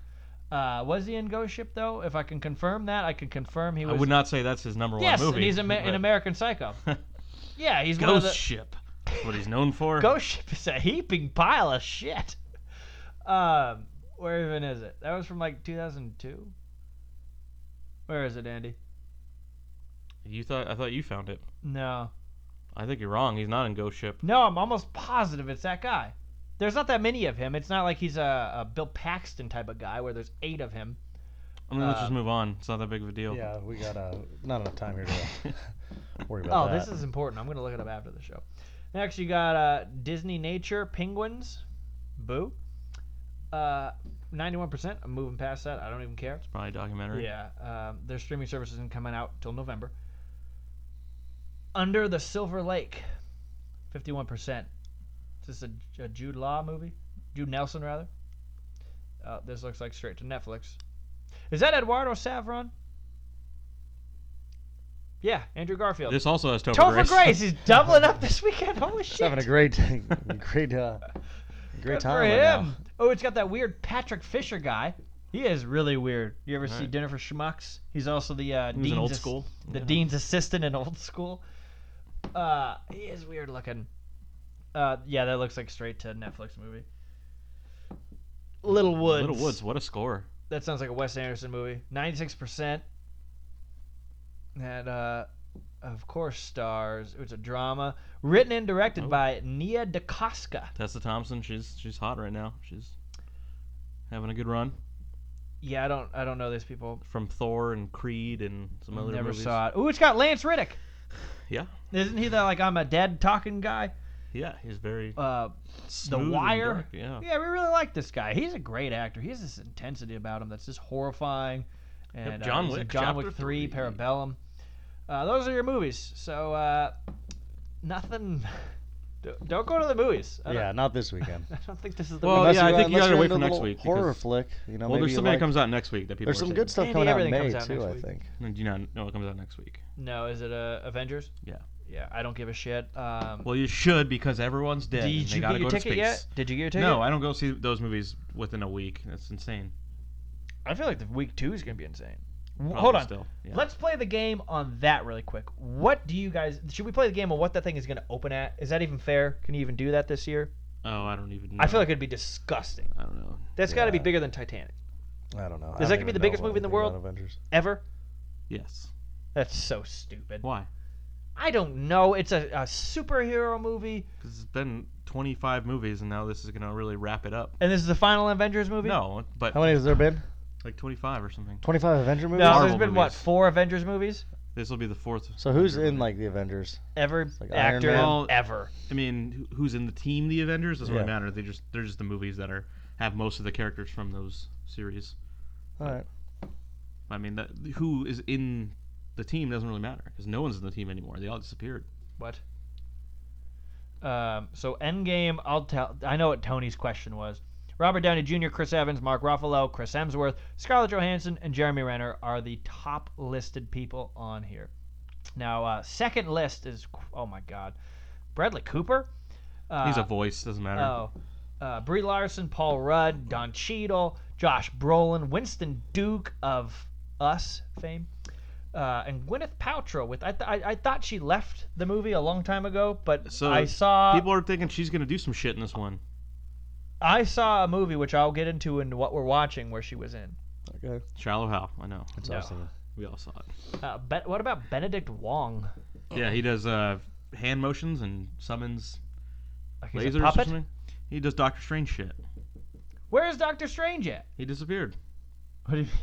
Speaker 2: Uh, was he in Ghost Ship though? If I can confirm that, I can confirm he
Speaker 3: I
Speaker 2: was.
Speaker 3: would not say that's his number
Speaker 2: Yes,
Speaker 3: one movie.
Speaker 2: and he's Ama-
Speaker 3: but
Speaker 2: an American
Speaker 3: <laughs>
Speaker 2: Psycho. yeah, he's one of
Speaker 3: Ghost
Speaker 2: the
Speaker 3: Ship. That's what he's known
Speaker 2: <laughs>
Speaker 3: for.
Speaker 2: Ghost Ship is a heaping pile of shit. Um, where even is it? That was from like 2002. Where is it, Andy?
Speaker 3: You thought I thought you found it.
Speaker 2: No,
Speaker 3: I think you're wrong. He's not in Ghost Ship.
Speaker 2: no, I'm almost positive it's that guy. There's not that many of him. It's not like he's a, a Bill Paxton type of guy where there's eight of him.
Speaker 3: I mean, let's
Speaker 2: Uh,
Speaker 3: just move on. It's not that big of a deal. <laughs>
Speaker 4: Yeah, we got uh, not enough time here to worry
Speaker 2: Oh,
Speaker 4: about that.
Speaker 2: this is important. I'm going to look it up after the show. Next, you got uh, Disney Nature Penguins. Boo. Uh, 91%. I'm moving past that. I don't even care.
Speaker 3: Probably a documentary.
Speaker 2: Yeah. Um, their streaming service isn't coming out till November. Under the Silver Lake. 51%. Is this a, a Jude Law movie? Jude Nelson, rather? Uh, this looks like straight to Netflix. Is that Eduardo Savron? Yeah, Andrew Garfield.
Speaker 3: This also has Topher,
Speaker 2: Topher
Speaker 3: Grace.
Speaker 2: Grace. is doubling up this weekend. Holy shit!
Speaker 4: He's having a great, <laughs> great, uh, great
Speaker 2: Good
Speaker 4: time
Speaker 2: for
Speaker 4: right
Speaker 2: him.
Speaker 4: now.
Speaker 2: Oh, it's got that weird Patrick Fisher guy. He is really weird. You ever see
Speaker 3: Alright.
Speaker 2: Dinner for Schmucks? He's also the uh,
Speaker 3: <laughs> He was
Speaker 2: dean's
Speaker 3: in old
Speaker 2: ass-
Speaker 3: school.
Speaker 2: the
Speaker 3: Yeah.
Speaker 2: dean's assistant in Old School. Uh, he is weird looking. Uh, yeah, that looks like straight to Netflix movie. Little Woods.
Speaker 3: Little Woods. What a score.
Speaker 2: That sounds like a Wes Anderson movie. Ninety-six percent. That, uh, of course, stars. It's a drama written and directed
Speaker 3: Oh.
Speaker 2: by Nia DaCosta.
Speaker 3: Tessa Thompson. She's she's hot right now. She's having a good run
Speaker 2: Yeah, I don't, I don't know these people.
Speaker 3: from Thor and Creed and some other
Speaker 2: Never
Speaker 3: movies.
Speaker 2: saw it. Ooh, it's got Lance Riddick.
Speaker 3: Yeah.
Speaker 2: Isn't he the like I'm a dead talking guy?
Speaker 3: Yeah, he's very
Speaker 2: Uh,
Speaker 3: smooth and
Speaker 2: Wire.
Speaker 3: dark, Yeah.
Speaker 2: yeah, we really like this guy. He's a great actor. He has this intensity about him that's just horrifying. And uh,
Speaker 3: John
Speaker 2: he's in
Speaker 3: Wick,
Speaker 2: John Wick
Speaker 3: Chapter
Speaker 2: Three,
Speaker 3: Three.
Speaker 2: Parabellum. Uh, those are your movies. So uh, nothing. don't- Don't go to the movies. I don't- <laughs>
Speaker 4: Yeah, not this weekend.
Speaker 2: I don't think this is the
Speaker 3: Well,
Speaker 2: week.
Speaker 4: Unless
Speaker 3: yeah, I
Speaker 4: you're-
Speaker 3: think you
Speaker 4: unless
Speaker 3: gotta
Speaker 4: you're
Speaker 3: wait
Speaker 4: into
Speaker 3: for next
Speaker 4: little
Speaker 3: week,
Speaker 4: horror
Speaker 3: because-
Speaker 4: flick. You know,
Speaker 3: Well,
Speaker 4: maybe
Speaker 3: there's
Speaker 4: you
Speaker 3: something
Speaker 4: like-
Speaker 3: that comes out next week that people.
Speaker 4: There's
Speaker 3: are
Speaker 4: some
Speaker 3: saying.
Speaker 4: good stuff
Speaker 2: Andy,
Speaker 4: coming out in
Speaker 2: everything
Speaker 4: May
Speaker 2: comes out
Speaker 4: too.
Speaker 2: next
Speaker 4: I
Speaker 2: week.
Speaker 4: think.
Speaker 3: No, do you not know it comes out next week?
Speaker 2: No, is it uh, Avengers?
Speaker 3: Yeah.
Speaker 2: Yeah, I don't give a shit. Um,
Speaker 3: Well, you should because everyone's dead. and
Speaker 2: did
Speaker 3: they
Speaker 2: you
Speaker 3: gotta
Speaker 2: get your
Speaker 3: go to
Speaker 2: ticket
Speaker 3: space.
Speaker 2: yet? Did you get your ticket?
Speaker 3: No, I don't go see those movies within a week. That's insane.
Speaker 2: I feel like the week two is gonna be insane. W-
Speaker 3: Probably
Speaker 2: Hold on.
Speaker 3: Still. Yeah.
Speaker 2: Let's play the game on that really quick. What do you guys? Should we play the game on what that thing is going to open at? Is that even fair? Can you even do that this year?
Speaker 3: Oh, I don't even. know.
Speaker 2: I feel like it'd be disgusting.
Speaker 3: I don't know.
Speaker 2: That's got to be
Speaker 4: Yeah.
Speaker 2: bigger than Titanic
Speaker 4: I don't know. I
Speaker 2: that gonna
Speaker 4: don't
Speaker 2: be
Speaker 4: even
Speaker 2: the
Speaker 4: know
Speaker 2: biggest movie in the
Speaker 4: anything
Speaker 2: world?
Speaker 4: about Avengers.
Speaker 2: ever.
Speaker 3: Yes.
Speaker 2: That's so stupid.
Speaker 3: Why?
Speaker 2: I don't know. It's a, a superhero movie,
Speaker 3: Because it's been 25 movies, and now this is gonna really wrap it up.
Speaker 2: and this is the final Avengers movie.
Speaker 3: No, but
Speaker 4: How many has there been?
Speaker 3: like 25 or something.
Speaker 4: 25 Avenger
Speaker 2: no.
Speaker 4: movies.
Speaker 2: There's
Speaker 3: Marvel
Speaker 2: been what
Speaker 3: movies.
Speaker 2: four Avengers movies?
Speaker 3: This will be the fourth.
Speaker 4: So who's
Speaker 3: Avenger
Speaker 4: in
Speaker 3: movie.
Speaker 4: like the Avengers?
Speaker 2: Every
Speaker 4: like Iron
Speaker 2: actor
Speaker 4: Man.
Speaker 3: Well,
Speaker 2: ever.
Speaker 3: I mean, who- who's in the team? The Avengers doesn't really
Speaker 4: Yeah.
Speaker 3: matter. They just they're just the movies that are have most of the characters from those series.
Speaker 4: All right.
Speaker 3: I mean, that, who is in the team doesn't really matter because no one's in the team anymore. They all disappeared.
Speaker 2: What? Um, so Endgame, I'll tell. I know what Tony's question was. Robert Downey Jr., Chris Evans, Mark Ruffalo, Chris Hemsworth, Scarlett Johansson, and Jeremy Renner are the top listed people on here. Now, uh, second list is qu- oh my god, Bradley Cooper. Uh,
Speaker 3: He's a voice. Doesn't matter.
Speaker 2: Oh, uh, Brie Larson, Paul Rudd, Don Cheadle, Josh Brolin, Winston Duke of Us fame, uh, and Gwyneth Paltrow. With I, th- I, I thought she left the movie a long time ago, but
Speaker 3: So
Speaker 2: I saw
Speaker 3: people are thinking she's gonna do some shit in this one.
Speaker 2: I saw a movie which I'll get into in what we're watching where she was in.
Speaker 4: Okay.
Speaker 3: Shallow Hal. I know.
Speaker 4: That's
Speaker 2: No.
Speaker 4: awesome.
Speaker 3: We all saw it.
Speaker 2: Uh, Be- what about Benedict Wong?
Speaker 3: Yeah, he does uh, hand motions and summons
Speaker 2: Like he's a
Speaker 3: lasers or
Speaker 2: puppet.
Speaker 3: something. He does Doctor Strange shit.
Speaker 2: Where is Doctor Strange at?
Speaker 3: He disappeared.
Speaker 2: What do you mean? <laughs>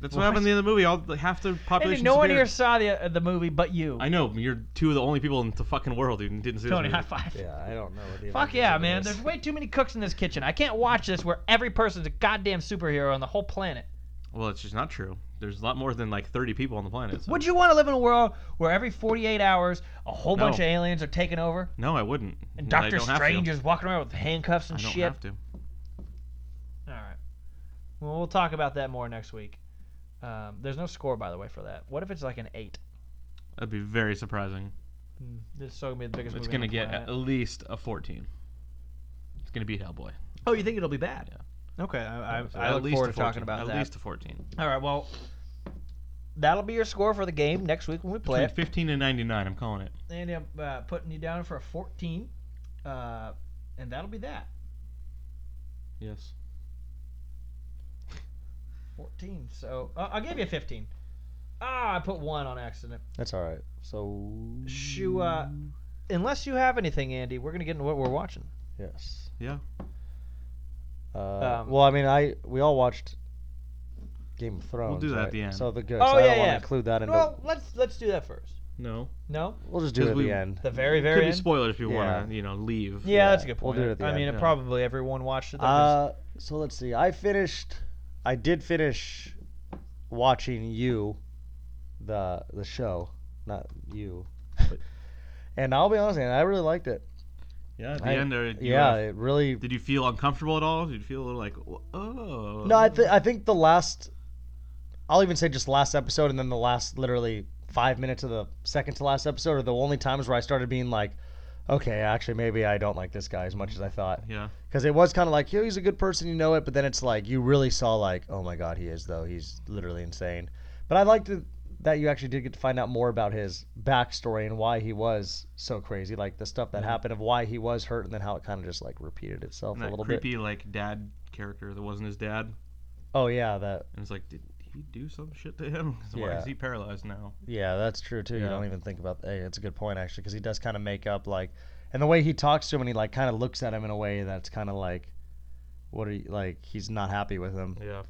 Speaker 3: That's
Speaker 2: What?
Speaker 3: what, happened at the end of the movie. All the- half the population.
Speaker 2: no one
Speaker 3: disappeared.
Speaker 2: here saw the uh, the movie but you.
Speaker 3: I know you're two of the only people in the fucking world who didn't see
Speaker 2: Tony,
Speaker 3: this
Speaker 2: high
Speaker 3: movie.
Speaker 2: five.
Speaker 4: Yeah, I don't know. What the
Speaker 2: Fuck
Speaker 4: Avengers
Speaker 2: yeah,
Speaker 4: is.
Speaker 2: man. There's way too many cooks in this kitchen. I can't watch this where every person's a goddamn superhero on the whole planet.
Speaker 3: Well, it's just not true. There's a lot more than like 30 people on the planet. so-
Speaker 2: Would you want to live in a world where every 48 hours a whole bunch of
Speaker 3: No.
Speaker 2: aliens are taken over
Speaker 3: No, I wouldn't.
Speaker 2: and
Speaker 3: I
Speaker 2: Doctor
Speaker 3: don't have to.
Speaker 2: Strange is walking around with handcuffs
Speaker 3: I
Speaker 2: and
Speaker 3: don't
Speaker 2: shit?
Speaker 3: have to.
Speaker 2: All right. Well, we'll talk about that more next week. Um, there's no score, by the way, for that. What if it's like an eight?
Speaker 3: That'd be very surprising.
Speaker 2: Hmm, This is so gonna be the biggest.
Speaker 3: It's
Speaker 2: movie on
Speaker 3: gonna
Speaker 2: the
Speaker 3: get
Speaker 2: planet.
Speaker 3: at least a 14. It's gonna beat Hellboy.
Speaker 2: Oh, you think it'll be bad? Okay, I, I,
Speaker 3: So
Speaker 2: I
Speaker 3: at
Speaker 2: look
Speaker 3: least
Speaker 2: forward
Speaker 3: a
Speaker 2: to talking
Speaker 3: 14.
Speaker 2: about
Speaker 3: at
Speaker 2: that.
Speaker 3: least a 14.
Speaker 2: All right, well, that'll be your score for the game next week when we play
Speaker 3: Between <laughs>
Speaker 2: it.
Speaker 3: 15 and 99, I'm calling it.
Speaker 2: Andy, I'm uh, putting you down for a 14, uh, and that'll be that.
Speaker 3: Yes.
Speaker 2: 14. So uh, I'll give you a 15. Ah, I put one on accident.
Speaker 4: That's all right. So.
Speaker 2: Shoo, uh, unless you have anything, Andy, we're gonna get into what we're watching.
Speaker 4: Yes.
Speaker 3: Yeah.
Speaker 4: Uh,
Speaker 2: Um,
Speaker 4: well, I mean, I we all watched Game of Thrones.
Speaker 3: do that at
Speaker 4: right?
Speaker 3: the end.
Speaker 4: So the good.
Speaker 2: Oh,
Speaker 4: so I
Speaker 2: yeah,
Speaker 4: don't want
Speaker 2: yeah.
Speaker 4: to include that in.
Speaker 2: well,
Speaker 4: Well,
Speaker 2: let's let's do that first.
Speaker 3: No.
Speaker 2: No,
Speaker 4: we'll just do it
Speaker 3: 'cause
Speaker 4: at
Speaker 3: we-
Speaker 4: the end.
Speaker 2: the very
Speaker 3: Could
Speaker 2: very
Speaker 3: be
Speaker 2: end.
Speaker 3: spoilers if you
Speaker 4: Yeah.
Speaker 3: want to, you know, leave.
Speaker 2: yeah, that's a good
Speaker 4: we'll
Speaker 2: point.
Speaker 4: do it at the
Speaker 2: I mean,
Speaker 4: end,
Speaker 2: it
Speaker 3: yeah.
Speaker 2: probably everyone watched it. That was-
Speaker 4: Uh, so let's see. I finished. I did finish watching you, the the show, not you. <laughs> and I'll be honest, man, I really liked it.
Speaker 3: Yeah. At the
Speaker 4: I-
Speaker 3: end, there, you
Speaker 4: yeah,
Speaker 3: left.
Speaker 4: it really.
Speaker 3: Did you feel uncomfortable at all? Did you feel a little like, oh?
Speaker 4: No, I, th- I think the last. I'll even say just last episode, and then the last literally five minutes of the second to last episode are the only times where I started being like, okay, actually maybe I don't like this guy as much as I thought.
Speaker 3: Yeah.
Speaker 4: because it was kind of like, yo, he's a good person, you know it, but then it's like you really saw like, oh my god, he is though. He's literally insane. But I liked it that you actually did get to find out more about his backstory and why he was so crazy, like the stuff that happened of why he was hurt, and then how it kind of just like repeated itself
Speaker 3: And
Speaker 4: a
Speaker 3: Mm-hmm. that
Speaker 4: little bit.
Speaker 3: creepy like dad character that wasn't his dad, and
Speaker 4: Oh yeah, that
Speaker 3: it's like, did he do some shit to him? <laughs> 'Cause Why
Speaker 4: Yeah.
Speaker 3: is he paralyzed now?
Speaker 4: yeah, that's true too. You
Speaker 3: Yeah.
Speaker 4: don't even think about. Hey, it's a good point actually, because he does kind of make up like, and the way he talks to him and he like kind of looks at him in a way that's kind of like, what are you like? He's not happy with him.
Speaker 3: Yeah.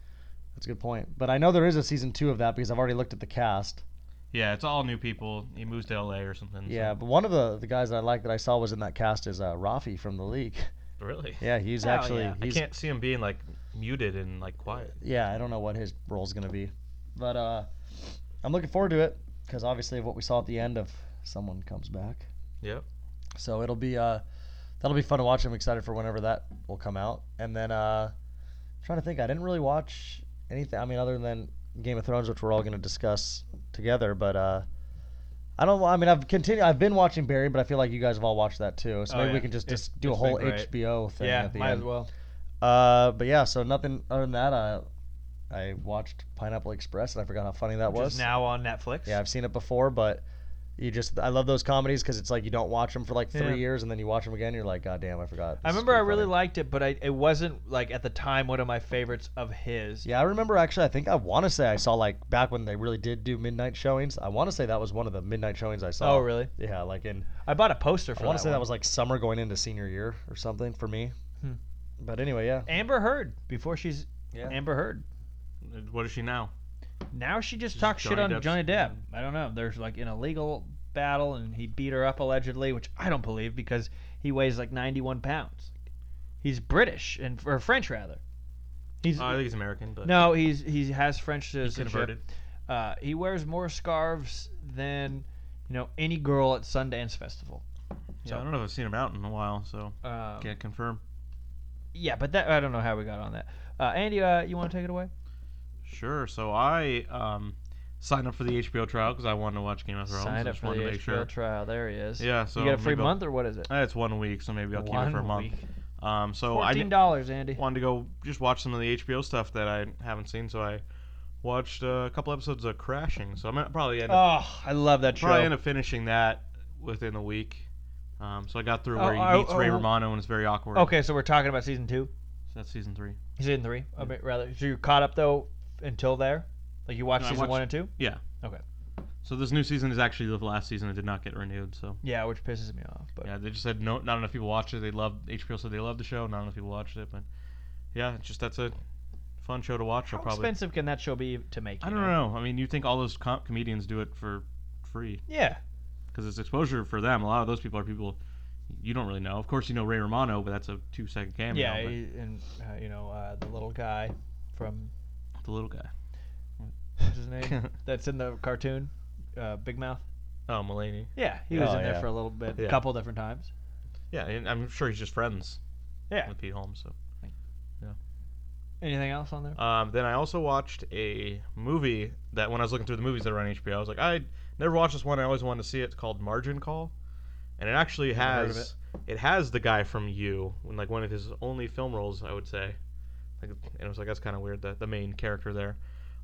Speaker 4: That's a good point. But I know there is a season two of that because I've already looked at the cast.
Speaker 3: Yeah, it's all new people. He moves to LA or something. so-
Speaker 4: Yeah, but one of the, the guys that I like that I saw was in that cast is uh, Rafi from the league. <laughs>
Speaker 3: really.
Speaker 4: Yeah, he's
Speaker 2: Oh,
Speaker 4: actually
Speaker 2: yeah.
Speaker 3: I
Speaker 4: he's
Speaker 3: can't see him being like muted and like quiet.
Speaker 4: yeah, I don't know what his role's gonna be, but uh, I'm looking forward to it because obviously of what we saw at the end of someone comes back.
Speaker 3: Yep.
Speaker 4: So it'll be uh, that'll be fun to watch. I'm excited for whenever that will come out. And then uh, I'm trying to think, I didn't really watch anything. I mean, other than Game of Thrones, which we're all gonna discuss together. But uh, I don't. I mean, I've continued. I've been watching Barry, but I feel like you guys have all watched that too. So
Speaker 3: Oh,
Speaker 4: maybe we
Speaker 3: yeah.
Speaker 4: can just,
Speaker 3: It's-
Speaker 4: just do a
Speaker 3: it's been
Speaker 4: whole
Speaker 3: great.
Speaker 4: HBO thing.
Speaker 2: yeah,
Speaker 4: at the
Speaker 2: might
Speaker 4: end.
Speaker 2: as well.
Speaker 4: Uh, but yeah, so nothing other than that. I I watched Pineapple Express, and I forgot how funny that
Speaker 2: Which is
Speaker 4: was.
Speaker 2: now on Netflix.
Speaker 4: yeah, I've seen it before, but you just I love those comedies because it's like you don't watch them for like three
Speaker 2: Yeah.
Speaker 4: years, and then you watch them again, you're like, God damn, I
Speaker 2: I
Speaker 4: forgot. This is
Speaker 2: remember I
Speaker 4: pretty
Speaker 2: really
Speaker 4: funny."
Speaker 2: liked it, but I, it wasn't like at the time one of my favorites of his.
Speaker 4: Yeah, I remember actually. I think I want to say I saw like back when they really did do midnight showings. I want to say that was one of the midnight showings I saw.
Speaker 2: Oh, really?
Speaker 4: Yeah, like in
Speaker 2: I bought a poster for
Speaker 4: I want to say
Speaker 2: one.
Speaker 4: that was like summer going into senior year or something for me.
Speaker 2: Hmm.
Speaker 4: But anyway, yeah.
Speaker 2: Amber Heard before she's
Speaker 4: Yeah.
Speaker 2: Amber Heard.
Speaker 3: What is she now?
Speaker 2: Now she just
Speaker 3: She's
Speaker 2: talks shit
Speaker 3: Johnny
Speaker 2: on
Speaker 3: Depp's-
Speaker 2: Johnny Depp. I don't know. There's like in a legal battle, and he beat her up allegedly, which I don't believe because he weighs like 91 pounds. He's British and or French rather. He's
Speaker 3: Oh, I think he's American, but
Speaker 2: no, he's he has French
Speaker 3: he's
Speaker 2: citizenship.
Speaker 3: converted.
Speaker 2: Uh, he wears more scarves than you know any girl at Sundance Festival.
Speaker 3: Yeah, I don't know if I've seen him out in a while, so
Speaker 2: Um,
Speaker 3: can't confirm.
Speaker 2: Yeah, but that I don't know how we got on that. Uh, Andy, uh, you want to take it away?
Speaker 3: Sure. So I um, signed up for the HBO trial because I wanted to watch Game of Thrones. I
Speaker 2: Sign up
Speaker 3: just
Speaker 2: for the
Speaker 3: wanted to
Speaker 2: HBO
Speaker 3: make sure.
Speaker 2: trial. There he is.
Speaker 3: Yeah. So
Speaker 2: you got a free
Speaker 3: maybe I'll-
Speaker 2: month or what is it?
Speaker 3: Eh, it's one week, so maybe I'll keep it for a month. Um, so I
Speaker 2: Fourteen
Speaker 3: did,
Speaker 2: dollars, Andy.
Speaker 3: wanted to go just watch some of the HBO stuff that I haven't seen, so I watched uh, a couple episodes of Crashing. So I'm gonna probably end up,
Speaker 2: Oh, I love that show.
Speaker 3: probably end up finishing that within the week. Um, so I got through
Speaker 2: Oh,
Speaker 3: where he
Speaker 2: oh,
Speaker 3: meets Ray
Speaker 2: oh.
Speaker 3: Romano and it's very awkward.
Speaker 2: okay, so we're talking about season two,
Speaker 3: So that's season three.
Speaker 2: season three, I mean, rather. So you're caught up though until there. Like you watched
Speaker 3: No, I
Speaker 2: season
Speaker 3: watched-
Speaker 2: one and two.
Speaker 3: So this new season is actually the last season. It did not get renewed. So
Speaker 2: Yeah, which pisses me off. But
Speaker 3: yeah, they just said no, not enough people watched it. They loved HBO said they loved the show. Not enough people watched it, but yeah, it's just that's a fun show to watch.
Speaker 2: how
Speaker 3: I'll probably
Speaker 2: expensive can that show be to make?
Speaker 3: I
Speaker 2: you
Speaker 3: don't know. I mean, you think all those com- comedians do it for free?
Speaker 2: Yeah,
Speaker 3: because it's exposure for them. A lot of those people are people you don't really know. Of course, you know Ray Romano, but that's a two-second cameo.
Speaker 2: yeah,
Speaker 3: but
Speaker 2: he- and uh, you know uh, the little guy <laughs> from
Speaker 3: the little guy.
Speaker 2: what's his <laughs> name
Speaker 3: <laughs>
Speaker 2: that's in the cartoon, uh, Big Mouth.
Speaker 3: oh, Mulaney.
Speaker 2: Yeah, he was
Speaker 4: Oh,
Speaker 2: in there
Speaker 4: yeah.
Speaker 2: for a little bit, a
Speaker 3: Yeah.
Speaker 2: couple different times.
Speaker 3: Yeah, and I'm sure he's just friends
Speaker 2: Yeah.
Speaker 3: with Pete Holmes. So.
Speaker 2: Anything else on there?
Speaker 3: Um, then I also watched a movie that when I was looking through the movies that are on HBO, I was like, I never watched this one. I always wanted to see it. It's called Margin Call, and it actually
Speaker 2: Never heard of
Speaker 3: has it. has the guy from You, when like one of his only film roles, I would say. Like, and it was like that's kind of weird that the main character there.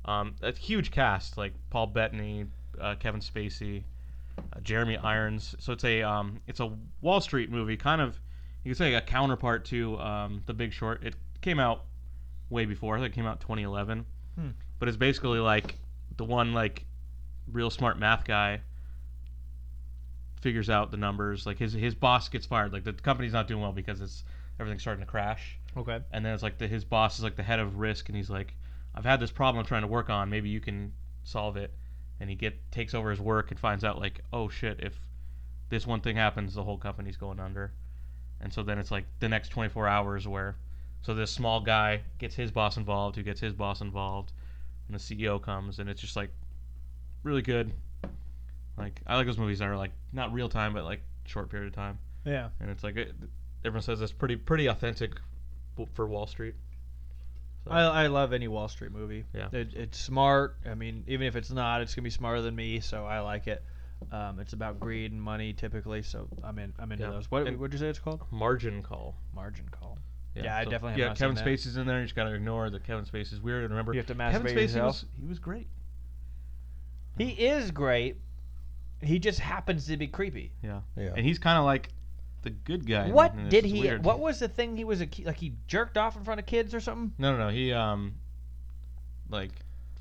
Speaker 3: Um, a huge cast like Paul Bettany, uh, Kevin Spacey, uh, Jeremy Irons. So it's a um, it's a Wall Street movie, kind of you could say a counterpart to um, The Big Short. It came out way before. I think it came out 2011.
Speaker 2: Hmm.
Speaker 3: But it's basically like the one like real smart math guy figures out the numbers. Like his his boss gets fired. Like the company's not doing well because it's everything's starting to crash.
Speaker 2: Okay.
Speaker 3: And then it's like the, his boss is like the head of risk, and he's like, "I've had this problem I'm trying to work on. Maybe you can solve it." And he get takes over his work and finds out like, "Oh shit! If this one thing happens, the whole company's going under." And so then it's like the next 24 hours where, so this small guy gets his boss involved, who gets his boss involved, and the CEO comes, and it's just like really good. Like I like those movies that are like not real time, but like short period of time
Speaker 2: Yeah.
Speaker 3: and it's like it, everyone says it's pretty pretty authentic w- for Wall Street.
Speaker 2: I, I love any Wall Street movie.
Speaker 3: Yeah.
Speaker 2: It, it's smart. I mean, even if it's not, it's gonna be smarter than me, so I like it. Um, it's about greed and money typically, so I'm in. I'm into
Speaker 3: Yeah.
Speaker 2: those. What
Speaker 3: And-
Speaker 2: would you say it's called?
Speaker 3: Margin call.
Speaker 2: Margin call. Yeah, I definitely have
Speaker 3: yeah.
Speaker 2: not seen
Speaker 3: Kevin
Speaker 2: that.
Speaker 3: Spacey's in there. You just gotta ignore that Kevin Spacey's weird and remember.
Speaker 2: You have to
Speaker 3: Kevin
Speaker 2: masturbate
Speaker 3: Spacey
Speaker 2: yourself.
Speaker 3: was he was great.
Speaker 2: He is great. He just happens to be creepy.
Speaker 4: Yeah.
Speaker 3: And he's kind of like the good guy. in- in
Speaker 2: What
Speaker 3: this.
Speaker 2: did
Speaker 3: It's
Speaker 2: he?
Speaker 3: Weird.
Speaker 2: What was the thing he was a ki- like? He jerked off in front of kids or something.
Speaker 3: No, no, no. He um, like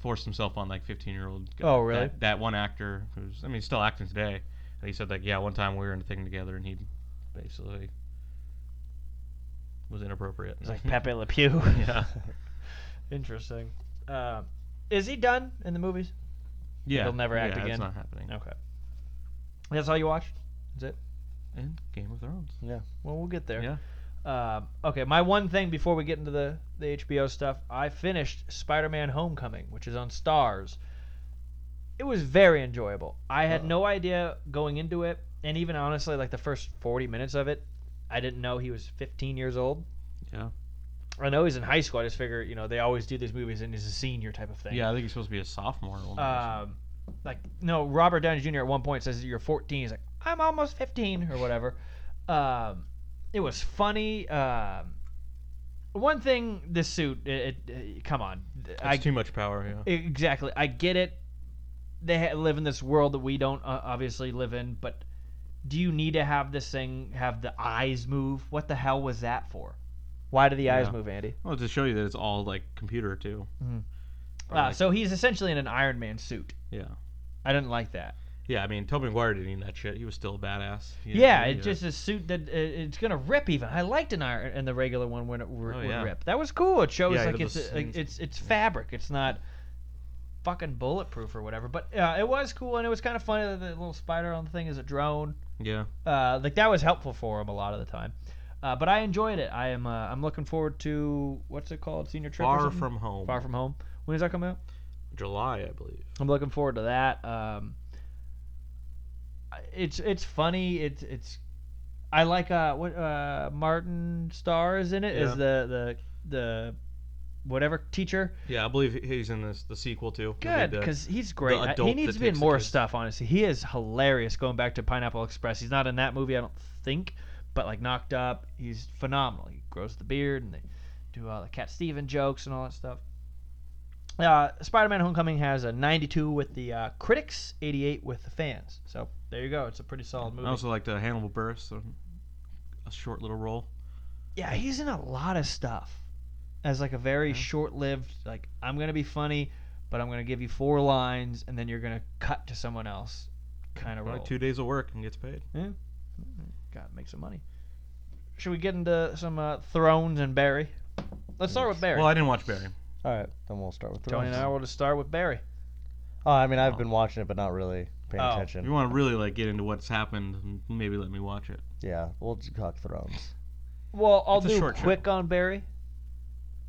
Speaker 3: forced himself on like 15 year old.
Speaker 2: Oh, really?
Speaker 3: That, that one actor who's I mean he's still acting today. And he said like yeah, one time we were in a thing together and he basically was inappropriate. <laughs>
Speaker 2: It's like Pepe Le Pew. <laughs> Uh,
Speaker 3: yeah.
Speaker 2: Interesting. Um, is he done in the movies?
Speaker 3: Yeah,
Speaker 2: He'll never act
Speaker 3: yeah,
Speaker 2: again.
Speaker 3: That's not happening.
Speaker 2: Okay. That's all you watched?
Speaker 3: And Game of Thrones.
Speaker 2: Well, we'll get there. Um, okay, my one thing before we get into the, the HBO stuff, I finished Spider Man Homecoming, which is on Stars. It was very enjoyable. I had no idea going into it, and even honestly, like the first 40 minutes of it, I didn't know he was 15 years old.
Speaker 3: Yeah.
Speaker 2: I know he's in high school. I just figure, you know, they always do these movies and he's a senior type of thing.
Speaker 3: Yeah, I think he's supposed to be a sophomore. only or something.
Speaker 2: Um, like, no, Robert Downey Jr. at one point says you're 14. He's like, I'm almost 15 or whatever. Um, it was funny. Um, one thing, this suit, it, it, it- come on. I,
Speaker 3: That's too much power. Yeah.
Speaker 2: exactly. I get it. They ha- live in this world that we don't uh, obviously live in, but do you need to have this thing have the eyes move? What the hell was that for? Why do the eyes
Speaker 3: Yeah.
Speaker 2: move, Andy?
Speaker 3: Well, to show you that it's all like computer too.
Speaker 2: Mhm.
Speaker 3: Or,
Speaker 2: Uh,
Speaker 3: like-
Speaker 2: so he's essentially in an Iron Man suit.
Speaker 3: yeah.
Speaker 2: I didn't like that.
Speaker 3: Yeah, I mean, Tobey Maguire didn't need that shit. He was still a badass. He didn't
Speaker 2: Yeah,
Speaker 3: need
Speaker 2: it's just a suit that uh, it's gonna rip. Even I liked an iron and the regular one when it r-
Speaker 3: Oh,
Speaker 2: would
Speaker 3: yeah.
Speaker 2: rip. That was cool. It shows
Speaker 3: Yeah,
Speaker 2: like
Speaker 3: it
Speaker 2: it's
Speaker 3: was-
Speaker 2: uh, like, it's it's fabric. It's not fucking bulletproof or whatever. But uh, it was cool and it was kind of funny that the little spider on the thing is a drone.
Speaker 3: Yeah.
Speaker 2: Uh, like that was helpful for him a lot of the time. Uh, but I enjoyed it. I am uh, I'm looking forward to what's it called? Senior trip. or
Speaker 3: Far
Speaker 2: something?
Speaker 3: from home.
Speaker 2: far from home. When does that come out?
Speaker 3: July, I believe.
Speaker 2: I'm looking forward to that. Um, it's it's funny. It's it's I like uh what uh Martin Starr is in it as
Speaker 3: Yeah.
Speaker 2: the the the whatever teacher.
Speaker 3: Yeah, I believe he- he's in this the sequel too. He'll be
Speaker 2: Good
Speaker 3: the-
Speaker 2: because he's great. I- he
Speaker 3: adult
Speaker 2: needs
Speaker 3: that
Speaker 2: to be in
Speaker 3: takes the
Speaker 2: more
Speaker 3: kids.
Speaker 2: stuff. Honestly, he is hilarious. Going back to Pineapple Express, he's not in that movie. I don't think, but like Knocked Up, he's phenomenal. He grows the beard and they do all the Cat Steven jokes and all that stuff. Uh, Spider-Man: Homecoming has a 92 with the uh, critics, 88 with the fans. So there you go. It's a pretty solid movie.
Speaker 3: I also like the Hannibal Buress, so a short little role.
Speaker 2: yeah, he's in a lot of stuff as like a very
Speaker 3: Yeah.
Speaker 2: short-lived. Like I'm gonna be funny, but I'm gonna give you four lines, and then you're gonna cut to someone else. Kind of
Speaker 3: Probably
Speaker 2: role.
Speaker 3: two days of work and gets paid.
Speaker 2: Gotta make some money. Should we get into some uh, Thrones and Barry? Let's start with Barry.
Speaker 3: Well, I didn't watch Barry.
Speaker 4: All right, then we'll start with
Speaker 2: Tony
Speaker 4: Thrones.
Speaker 2: and I will just start with Barry.
Speaker 4: Oh, I mean, I've been watching it, but not really paying
Speaker 2: Oh.
Speaker 3: If
Speaker 4: attention.
Speaker 3: you want to really like get into what's happened, maybe let me watch it.
Speaker 4: Yeah, we'll just talk Thrones.
Speaker 2: Well, I'll
Speaker 3: It's a
Speaker 2: do
Speaker 3: short show.
Speaker 2: quick on Barry,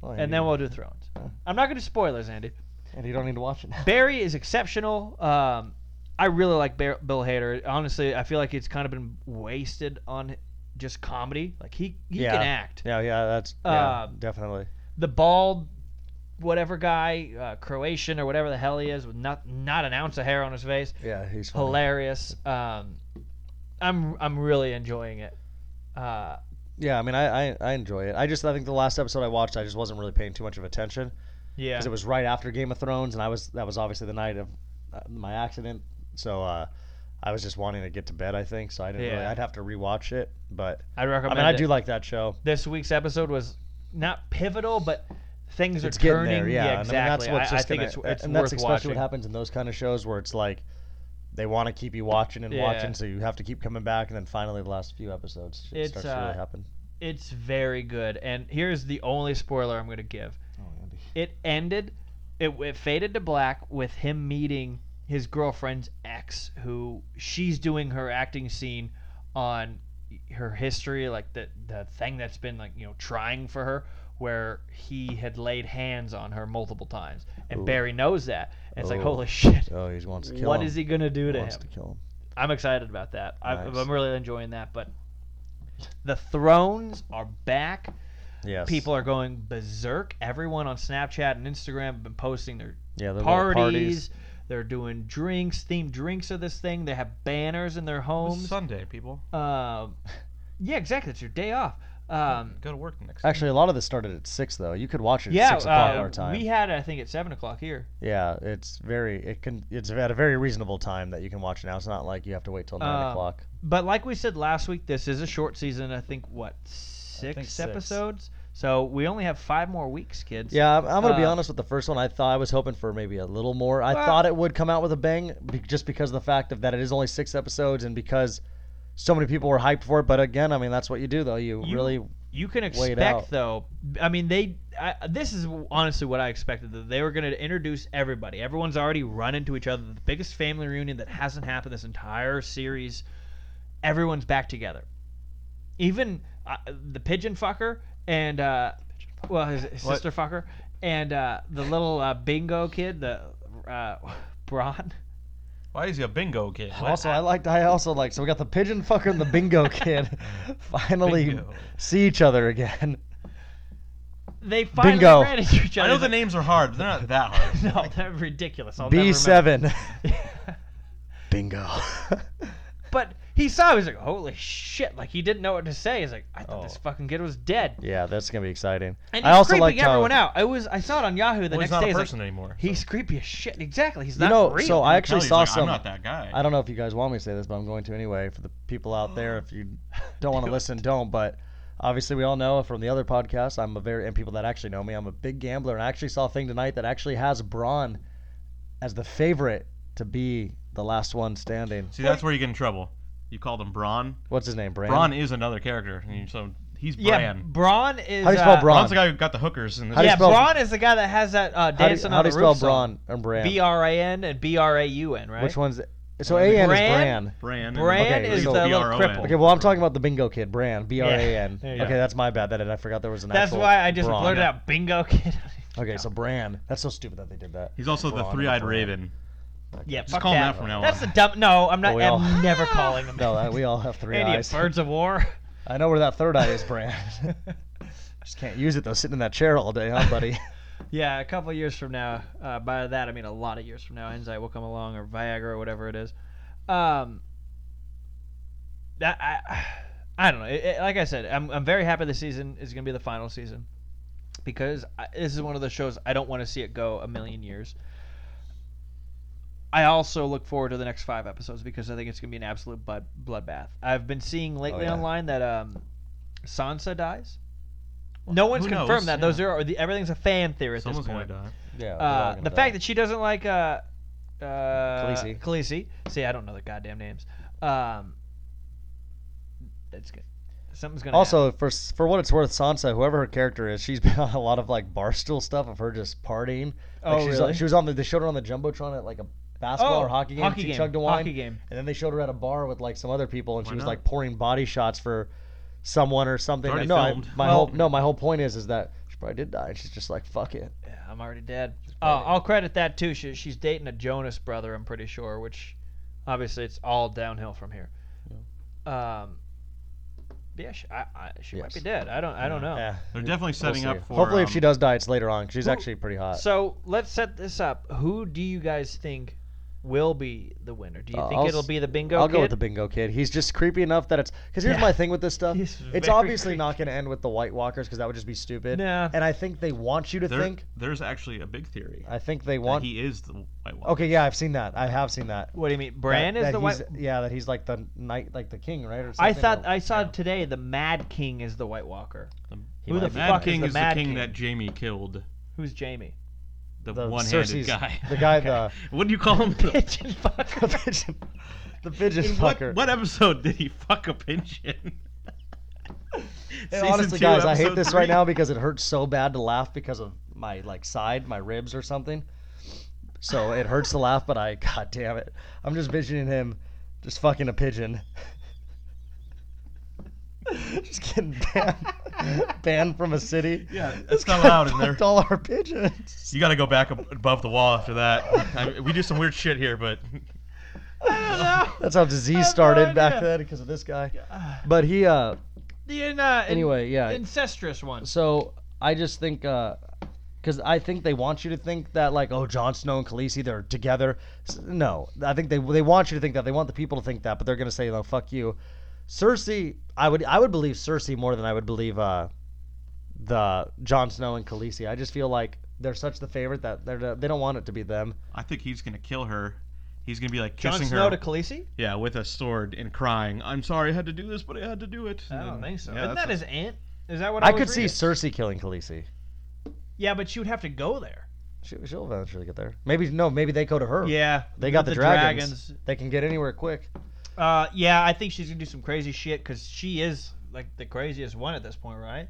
Speaker 4: Well,
Speaker 2: and then we'll do Thrones. I'm not gonna do spoilers, Andy.
Speaker 4: and you don't need to
Speaker 2: <laughs>
Speaker 4: watch it.
Speaker 2: Barry is exceptional. Um, I really like Bar- Bill Hader. Honestly, I feel like it's kind of been wasted on just comedy. Like he he
Speaker 4: Yeah.
Speaker 2: can act.
Speaker 4: <laughs> yeah, yeah, that's yeah,
Speaker 2: Um,
Speaker 4: definitely.
Speaker 2: the bald whatever guy uh, croatian or whatever the hell he is with not not an ounce of hair on his face
Speaker 4: Yeah, he's funny.
Speaker 2: hilarious um i'm i'm really enjoying it uh
Speaker 4: Yeah, I mean, I, I I enjoy it. I just I think the last episode I watched, I just wasn't really paying too much of attention
Speaker 2: yeah
Speaker 4: because it was right after Game of Thrones, and I was that was obviously the night of uh, my accident, so uh, I was just wanting to get to bed. I think so. I didn't. Really,
Speaker 2: Yeah.
Speaker 4: I'd have to rewatch it, but
Speaker 2: i
Speaker 4: I
Speaker 2: recommend
Speaker 4: mean, I
Speaker 2: it.
Speaker 4: do like that show.
Speaker 2: this week's episode was not pivotal but things
Speaker 4: It's
Speaker 2: are
Speaker 4: getting
Speaker 2: turning
Speaker 4: there, yeah. and
Speaker 2: exactly
Speaker 4: I mean, that's what's
Speaker 2: I- I
Speaker 4: just
Speaker 2: think
Speaker 4: gonna-
Speaker 2: it's it's
Speaker 4: and
Speaker 2: worth
Speaker 4: that's especially
Speaker 2: watching
Speaker 4: what happens in those kind of shows where it's like they want to keep you watching and
Speaker 2: Yeah.
Speaker 4: watching, so you have to keep coming back, and then finally the last few episodes shit
Speaker 2: It's,
Speaker 4: starts to
Speaker 2: uh,
Speaker 4: really happen.
Speaker 2: it's very good and here's the only spoiler i'm going to give
Speaker 4: Oh, Andy.
Speaker 2: it ended it, it faded to black with him meeting his girlfriend's ex who she's doing her acting scene on her history like the the thing that's been like you know trying for her where he had laid hands on her multiple times and
Speaker 4: Ooh.
Speaker 2: Barry knows that and it's like
Speaker 4: Ooh.
Speaker 2: holy shit
Speaker 4: Oh, he wants to kill
Speaker 2: what
Speaker 4: him.
Speaker 2: is he going to do to him
Speaker 4: wants to kill him.
Speaker 2: I'm excited about that I,
Speaker 4: Nice.
Speaker 2: I'm really enjoying that but the thrones are back
Speaker 4: Yes.
Speaker 2: people are going berserk everyone on Snapchat and Instagram have been posting their
Speaker 4: yeah, the
Speaker 2: parties.
Speaker 4: parties.
Speaker 2: They're doing drinks, themed drinks of this thing. They have banners in their
Speaker 3: It's
Speaker 2: homes.
Speaker 3: Sunday, people.
Speaker 2: Um, yeah, exactly. It's your day off. Um,
Speaker 3: Go to work next. day.
Speaker 4: Actually, a lot of this started at six though. You could watch it at
Speaker 2: yeah,
Speaker 4: six o'clock
Speaker 2: uh,
Speaker 4: our time.
Speaker 2: we had I think at seven o'clock here.
Speaker 4: yeah, it's very it can it's at a very reasonable time that you can watch it now. It's not like you have to wait till nine
Speaker 2: Um,
Speaker 4: o'clock.
Speaker 2: But like we said last week, this is a short season. I think what six
Speaker 4: think six.
Speaker 2: episodes. So we only have five more weeks, kids.
Speaker 4: Yeah, I'm, I'm gonna be
Speaker 2: uh,
Speaker 4: honest with the first one. I thought I was hoping for maybe a little more. I
Speaker 2: Well-
Speaker 4: thought it would come out with a bang, be, just because of the fact of that it is only six episodes and because so many people were hyped for it. But again, I mean that's what you do though. You,
Speaker 2: You-
Speaker 4: really
Speaker 2: You can
Speaker 4: Wait
Speaker 2: expect
Speaker 4: out.
Speaker 2: though. I mean, they. I, this is honestly what I expected. That they were going to introduce everybody. Everyone's already run into each other. The biggest family reunion that hasn't happened this entire series. Everyone's back together. Even uh, the pigeon fucker and uh, well, his, his
Speaker 3: What?
Speaker 2: sister fucker and uh, the little uh, bingo kid, the uh, Braun.
Speaker 3: Why is he a bingo kid? What?
Speaker 4: Also, I liked. I also liked. So we got the pigeon fucker and
Speaker 2: <laughs>
Speaker 4: the bingo kid finally
Speaker 3: Bingo.
Speaker 4: see each other again.
Speaker 2: They finally
Speaker 4: Bingo.
Speaker 2: ran into each
Speaker 3: I
Speaker 2: other.
Speaker 3: know the names are hard, but they're not that
Speaker 4: <laughs>
Speaker 2: <laughs> No,
Speaker 3: hard.
Speaker 2: they're ridiculous. I'll never
Speaker 4: B
Speaker 2: remember. <laughs>
Speaker 4: seven. <laughs> bingo.
Speaker 2: But he saw. He was like, "Holy shit!" Like he didn't know what to say. He's like, "I thought
Speaker 4: Oh.
Speaker 2: this fucking kid was dead."
Speaker 4: yeah, that's gonna be exciting.
Speaker 2: And
Speaker 4: I
Speaker 2: he's
Speaker 4: also
Speaker 2: creeping
Speaker 4: liked how-
Speaker 2: everyone out. I was. I saw it on Yahoo the
Speaker 3: well,
Speaker 2: next
Speaker 3: he's not
Speaker 2: day.
Speaker 3: a
Speaker 2: it's
Speaker 3: person
Speaker 2: like,
Speaker 3: anymore.
Speaker 2: he's creepy as shit. Exactly. He's
Speaker 4: You
Speaker 2: not
Speaker 4: know,
Speaker 2: real.
Speaker 4: so I actually
Speaker 3: Kelly's
Speaker 4: saw
Speaker 3: like,
Speaker 4: some.
Speaker 3: I'm not that guy.
Speaker 4: I don't know if you guys want me to say this, but I'm going to anyway. For the people out there, if you <laughs> don't want to listen, don't. But obviously, we all know from the other podcast, I'm a very and people that actually know me, I'm a big gambler, and I actually saw a thing tonight that actually has Braun as the favorite to be the last one standing.
Speaker 3: See, that's where you get in trouble. You call them Braun.
Speaker 4: What's his name? Bran.
Speaker 3: Braun is another character, and you- so he's
Speaker 2: yeah,
Speaker 3: Bran.
Speaker 2: Braun is.
Speaker 4: How do you spell
Speaker 2: uh,
Speaker 4: Braun?
Speaker 3: Braun's the guy who got the hookers in this.
Speaker 4: How do you
Speaker 2: yeah,
Speaker 4: spell-
Speaker 2: Braun is the guy that has that uh,
Speaker 4: How do,
Speaker 2: dancing
Speaker 4: how
Speaker 2: on
Speaker 4: do
Speaker 2: the
Speaker 4: you spell
Speaker 2: roof song.
Speaker 4: Braun or Bran?
Speaker 2: B R A N and B R A U N, right?
Speaker 4: Which one's so? A N
Speaker 2: Bran?
Speaker 4: is Bran.
Speaker 3: Bran.
Speaker 2: Bran
Speaker 4: Okay,
Speaker 2: is
Speaker 4: so-
Speaker 2: the little
Speaker 3: B.R.O.N..
Speaker 2: cripple.
Speaker 4: Okay, well, I'm talking about the bingo kid, Bran. B R A N.
Speaker 2: there you
Speaker 4: Okay,
Speaker 2: go.
Speaker 4: that's my bad. That I forgot there was an.
Speaker 2: That's
Speaker 4: actual
Speaker 2: why I just
Speaker 4: Bran.
Speaker 2: blurted out bingo kid. <laughs>
Speaker 4: Okay, so Bran. That's so stupid that they did that.
Speaker 3: He's also the
Speaker 4: Braun
Speaker 3: three-eyed
Speaker 4: and Bran.
Speaker 3: raven.
Speaker 2: yeah,
Speaker 3: Just
Speaker 2: fuck
Speaker 3: call him
Speaker 2: that.
Speaker 3: that from now
Speaker 2: That's the
Speaker 3: on.
Speaker 2: dumb. No, I'm not.
Speaker 4: Well, we all-
Speaker 2: I'm <laughs>
Speaker 4: <laughs>
Speaker 2: never calling him.
Speaker 4: No, uh, we all have three
Speaker 2: Any
Speaker 4: eyes.
Speaker 2: of Birds of War.
Speaker 4: I know where that third eye is, Bran. <laughs> Just can't use it though. Sitting in that chair all day,
Speaker 2: <laughs>
Speaker 4: huh, buddy?
Speaker 2: Yeah, a couple years from now. Uh, by that I mean a lot of years from now, Enzyme will come along or Viagra or whatever it is. Um, that I, I don't know. It- it- like I said, I'm, I'm very happy this season is going to be the final season because I, this is one of those shows I don't want to see it go a million years. I also look forward to the next five episodes because I think it's going to be an absolute blood bloodbath. I've been seeing
Speaker 3: Oh,
Speaker 2: lately
Speaker 4: yeah.
Speaker 2: online that um, Sansa dies. No one's
Speaker 3: who
Speaker 2: confirmed
Speaker 3: knows?
Speaker 2: that. Those are the, everything's a fan theory at
Speaker 3: Someone's
Speaker 2: this
Speaker 3: gonna
Speaker 2: point.
Speaker 3: die.
Speaker 4: Yeah.
Speaker 2: Uh, the fact that she doesn't like uh, uh,
Speaker 4: Khaleesi.
Speaker 2: Khaleesi. See, I don't know the goddamn names. Um, that's good. Something's gonna
Speaker 4: also for s- for what it's worth, Sansa, whoever her character is, she's <laughs> been on a lot of like barstool stuff of her just partying. Like,
Speaker 2: Oh,
Speaker 4: she's, uh,
Speaker 2: really?
Speaker 4: She was on the they showed her on the jumbotron at like a basketball
Speaker 2: happen.
Speaker 4: or hockey game. and she chugged a wine,
Speaker 2: Hockey game.
Speaker 4: and then they showed her at a bar with like some other people, and
Speaker 3: Why
Speaker 4: she was
Speaker 3: not?
Speaker 4: like pouring body shots for someone or something.
Speaker 3: It's already
Speaker 4: no, I-
Speaker 3: filmed.
Speaker 4: my
Speaker 2: Well-
Speaker 4: whole no, my whole point is is that she probably did die, and she's just like fuck it.
Speaker 2: Yeah, I'm already dead. Uh, I'll credit that too. She, she's dating a Jonas brother. I'm pretty sure, which obviously it's all downhill from here. Um, yeah, she, I, I, she might
Speaker 4: Yes.
Speaker 2: be dead. I don't. I don't know.
Speaker 4: Yeah.
Speaker 3: They're definitely
Speaker 4: We'll
Speaker 3: setting
Speaker 4: see.
Speaker 3: up for.
Speaker 4: Hopefully,
Speaker 3: um,
Speaker 4: if she does die, it's later on. She's
Speaker 2: who-
Speaker 4: actually pretty hot.
Speaker 2: So let's set this up. Who do you guys think will be the winner? Do you
Speaker 4: Uh,
Speaker 2: think
Speaker 4: I'll
Speaker 2: it'll
Speaker 4: s-
Speaker 2: be the bingo?
Speaker 4: I'll
Speaker 2: kid?
Speaker 4: go with the bingo kid. He's just creepy enough that it's because here's
Speaker 2: Yeah.
Speaker 4: my thing with this stuff.
Speaker 2: He's
Speaker 4: it's
Speaker 2: very
Speaker 4: obviously
Speaker 2: creepy.
Speaker 4: not going to end with the White Walkers because that would just be stupid.
Speaker 2: Nah.
Speaker 4: And I think they want you to
Speaker 3: there-
Speaker 4: think.
Speaker 3: there's actually a big theory
Speaker 4: I think they
Speaker 3: that
Speaker 4: want.
Speaker 3: he is the White Walker.
Speaker 4: okay, yeah, I've seen that. I have seen that.
Speaker 2: What do you mean? Bran
Speaker 4: That-
Speaker 2: is
Speaker 4: that
Speaker 2: the white.
Speaker 4: he's- Yeah, that he's like the knight, like the king, right? Or
Speaker 2: I
Speaker 4: something,
Speaker 2: thought
Speaker 4: or- <laughs>
Speaker 2: I saw today the Mad King is the White Walker.
Speaker 3: The,
Speaker 2: Who the
Speaker 3: the Mad
Speaker 2: fuck is
Speaker 3: King
Speaker 2: the
Speaker 3: is,
Speaker 2: Mad
Speaker 3: the king,
Speaker 2: King?
Speaker 3: that Jamie killed.
Speaker 2: Who's
Speaker 4: <laughs>
Speaker 2: Jamie? <laughs>
Speaker 3: The,
Speaker 4: the
Speaker 3: one-handed
Speaker 4: Cersei's-
Speaker 3: guy.
Speaker 4: The
Speaker 3: <laughs>
Speaker 4: guy, the
Speaker 3: what do you call
Speaker 4: <laughs>
Speaker 3: him?
Speaker 2: Pigeon
Speaker 4: the
Speaker 2: fucker.
Speaker 4: pigeon,
Speaker 2: <laughs>
Speaker 4: the pigeon
Speaker 3: In what,
Speaker 4: fucker.
Speaker 3: what episode did he fuck a
Speaker 4: <laughs>
Speaker 3: pigeon?
Speaker 4: And
Speaker 3: Season
Speaker 4: honestly,
Speaker 3: two,
Speaker 4: guys, I hate
Speaker 3: episode
Speaker 4: this right
Speaker 3: three.
Speaker 4: now because it hurts so bad to laugh because of my like side, my ribs or something. So it hurts to laugh, but I, <laughs> god damn it, I'm just visioning him just fucking a pigeon. <laughs> just getting banned, <laughs> banned from a city.
Speaker 3: Yeah,
Speaker 2: <laughs>
Speaker 3: it's
Speaker 4: This <laughs>
Speaker 3: not
Speaker 4: guy
Speaker 3: allowed in there.
Speaker 4: fucked All our pigeons.
Speaker 3: <laughs> You got to go back ab- above the wall after that. I, we do some weird shit here, but <laughs>
Speaker 4: That's how disease
Speaker 2: no
Speaker 4: started back
Speaker 2: idea.
Speaker 4: then because of this guy. But he, uh,
Speaker 2: The in, uh, in-
Speaker 4: <laughs> anyway, yeah.
Speaker 2: incestuous one.
Speaker 4: So I just think, because I think they want you to think that like, oh, Jon Snow and Khaleesi they're together. S- No, I think they they want you to think that. They want the people to think that, but they're gonna say, no, fuck you. Cersei, I would I would believe Cersei more than I would believe uh, the Jon Snow and Khaleesi. I just feel like they're such the favorite that they're they don't want it to be them.
Speaker 3: I think he's gonna kill her. He's gonna be like
Speaker 2: Jon
Speaker 3: kissing
Speaker 2: Snow
Speaker 3: her,
Speaker 2: to Khaleesi.
Speaker 3: yeah, with a sword and crying. I'm sorry, I had to do this, but I had to do it.
Speaker 2: I
Speaker 3: And
Speaker 2: don't
Speaker 3: then-
Speaker 2: think so.
Speaker 3: yeah,
Speaker 2: Isn't
Speaker 3: that's
Speaker 2: that his aunt? Is that what I,
Speaker 4: I
Speaker 2: was
Speaker 4: could see
Speaker 2: reading?
Speaker 4: Cersei killing Khaleesi.
Speaker 2: Yeah, but she would have to go there.
Speaker 4: She, she'll eventually get there. Maybe no, maybe they go to her.
Speaker 2: Yeah,
Speaker 4: they
Speaker 2: with
Speaker 4: got the, dragons. They can get anywhere quick.
Speaker 2: Uh, yeah, I think she's gonna do some crazy shit because she is like the craziest one at this point, right?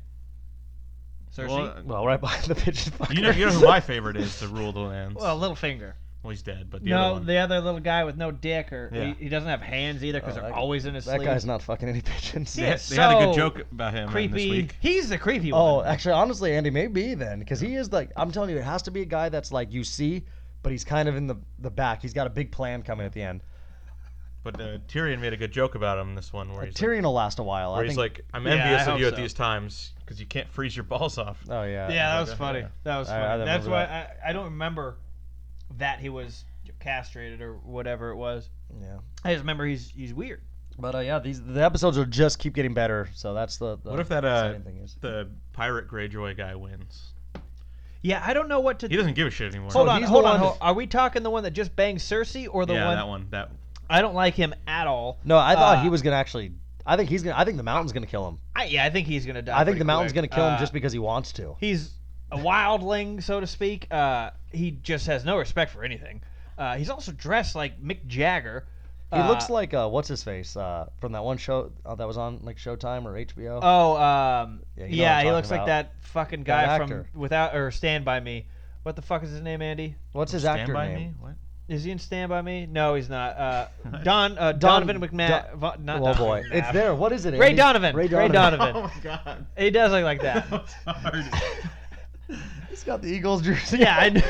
Speaker 2: Cersei. Well,
Speaker 3: Well,
Speaker 4: Well, right <laughs> behind the pigeon.
Speaker 3: <laughs>
Speaker 4: fucker.
Speaker 3: you know, you know who my favorite is to rule the lands. Well,
Speaker 2: Littlefinger.
Speaker 3: he's dead, but the other
Speaker 2: No,
Speaker 3: one.
Speaker 2: the other little guy with no dick, or
Speaker 3: Yeah.
Speaker 2: he, he doesn't have hands either because
Speaker 4: Oh,
Speaker 2: they're
Speaker 4: that-
Speaker 2: always in his
Speaker 4: that
Speaker 2: sleeve.
Speaker 4: guy's not fucking any <laughs> pigeons.
Speaker 3: they,
Speaker 2: Yeah.
Speaker 3: had- they had a good
Speaker 2: so
Speaker 3: joke about him in this
Speaker 2: creepy.
Speaker 3: week.
Speaker 2: He's the creepy one.
Speaker 4: Oh, actually, honestly, Andy, maybe then, because he is like, I'm telling you, it has to be a guy that's like you see, but he's kind of in the the back. He's got a big plan coming at the end.
Speaker 3: But uh, Tyrion made a good joke about him in this one, where he's like,
Speaker 4: Tyrion will last a while.
Speaker 3: where
Speaker 4: I
Speaker 3: he's
Speaker 4: think.
Speaker 3: like, "I'm
Speaker 2: Yeah,
Speaker 3: envious
Speaker 2: I
Speaker 3: of you
Speaker 2: hope
Speaker 3: at
Speaker 2: so.
Speaker 3: these times because you can't freeze your <laughs> balls off."
Speaker 4: oh yeah.
Speaker 2: yeah, that
Speaker 4: Okay.
Speaker 2: was funny. That was
Speaker 4: I-
Speaker 2: funny.
Speaker 4: I
Speaker 2: That's
Speaker 4: remember
Speaker 2: why I, I don't remember that he was castrated or whatever it was.
Speaker 4: Yeah.
Speaker 2: I just remember he's he's weird.
Speaker 4: But uh, yeah, these the episodes will just keep getting better. So that's the. the
Speaker 3: What if that uh,
Speaker 4: exciting thing is.
Speaker 3: the pirate Greyjoy guy wins?
Speaker 2: Yeah, I don't know what to.
Speaker 3: He doesn't give a shit anymore.
Speaker 2: Hold
Speaker 4: So
Speaker 2: on,
Speaker 4: he's the
Speaker 2: hold
Speaker 4: one
Speaker 2: on.
Speaker 4: that-
Speaker 2: hold- Are we talking the one that just banged Cersei or the
Speaker 3: yeah,
Speaker 2: one?
Speaker 3: that one. That
Speaker 2: I don't like him at all.
Speaker 4: No, I thought
Speaker 2: uh,
Speaker 4: he was gonna actually. I think he's gonna. I think the mountain's gonna kill him.
Speaker 2: I, yeah, I think he's gonna die.
Speaker 4: I think
Speaker 2: pretty
Speaker 4: the mountain's
Speaker 2: quick.
Speaker 4: gonna kill him
Speaker 2: Uh,
Speaker 4: just because he wants to.
Speaker 2: he's a wildling, so to speak. Uh, he just has no respect for anything. Uh, he's also dressed like Mick Jagger.
Speaker 4: He
Speaker 2: Uh,
Speaker 4: looks like uh, what's his face uh, from that one show uh, that was on like Showtime or
Speaker 3: Uh,
Speaker 4: HBO.
Speaker 2: Oh, um, yeah,
Speaker 4: Yeah, you know what I'm
Speaker 2: he
Speaker 4: talking
Speaker 2: looks
Speaker 4: about.
Speaker 2: like that fucking
Speaker 4: That
Speaker 2: guy from
Speaker 4: actor.
Speaker 2: Without or Stand by Me. What the fuck is his name, Andy?
Speaker 4: What's his
Speaker 3: Stand
Speaker 4: actor
Speaker 3: by
Speaker 4: name?
Speaker 3: me. What?
Speaker 2: Is he in Stand by Me? No, he's not. Uh, Don uh, Donovan McNabb. Von- not
Speaker 4: oh
Speaker 2: Donovan <laughs>
Speaker 4: boy,
Speaker 2: McNabb.
Speaker 4: it's there. What is it?
Speaker 2: Ray
Speaker 4: Andy?
Speaker 2: Donovan.
Speaker 4: Ray
Speaker 2: Ray
Speaker 4: Donovan.
Speaker 2: Donovan.
Speaker 3: <laughs> Oh my god.
Speaker 2: He does look like <laughs>
Speaker 3: <laughs>
Speaker 2: that.
Speaker 3: That was
Speaker 2: <laughs>
Speaker 3: hard.
Speaker 4: <laughs> He's got the Eagles jersey.
Speaker 2: Yeah, I
Speaker 4: <laughs> on.
Speaker 2: know.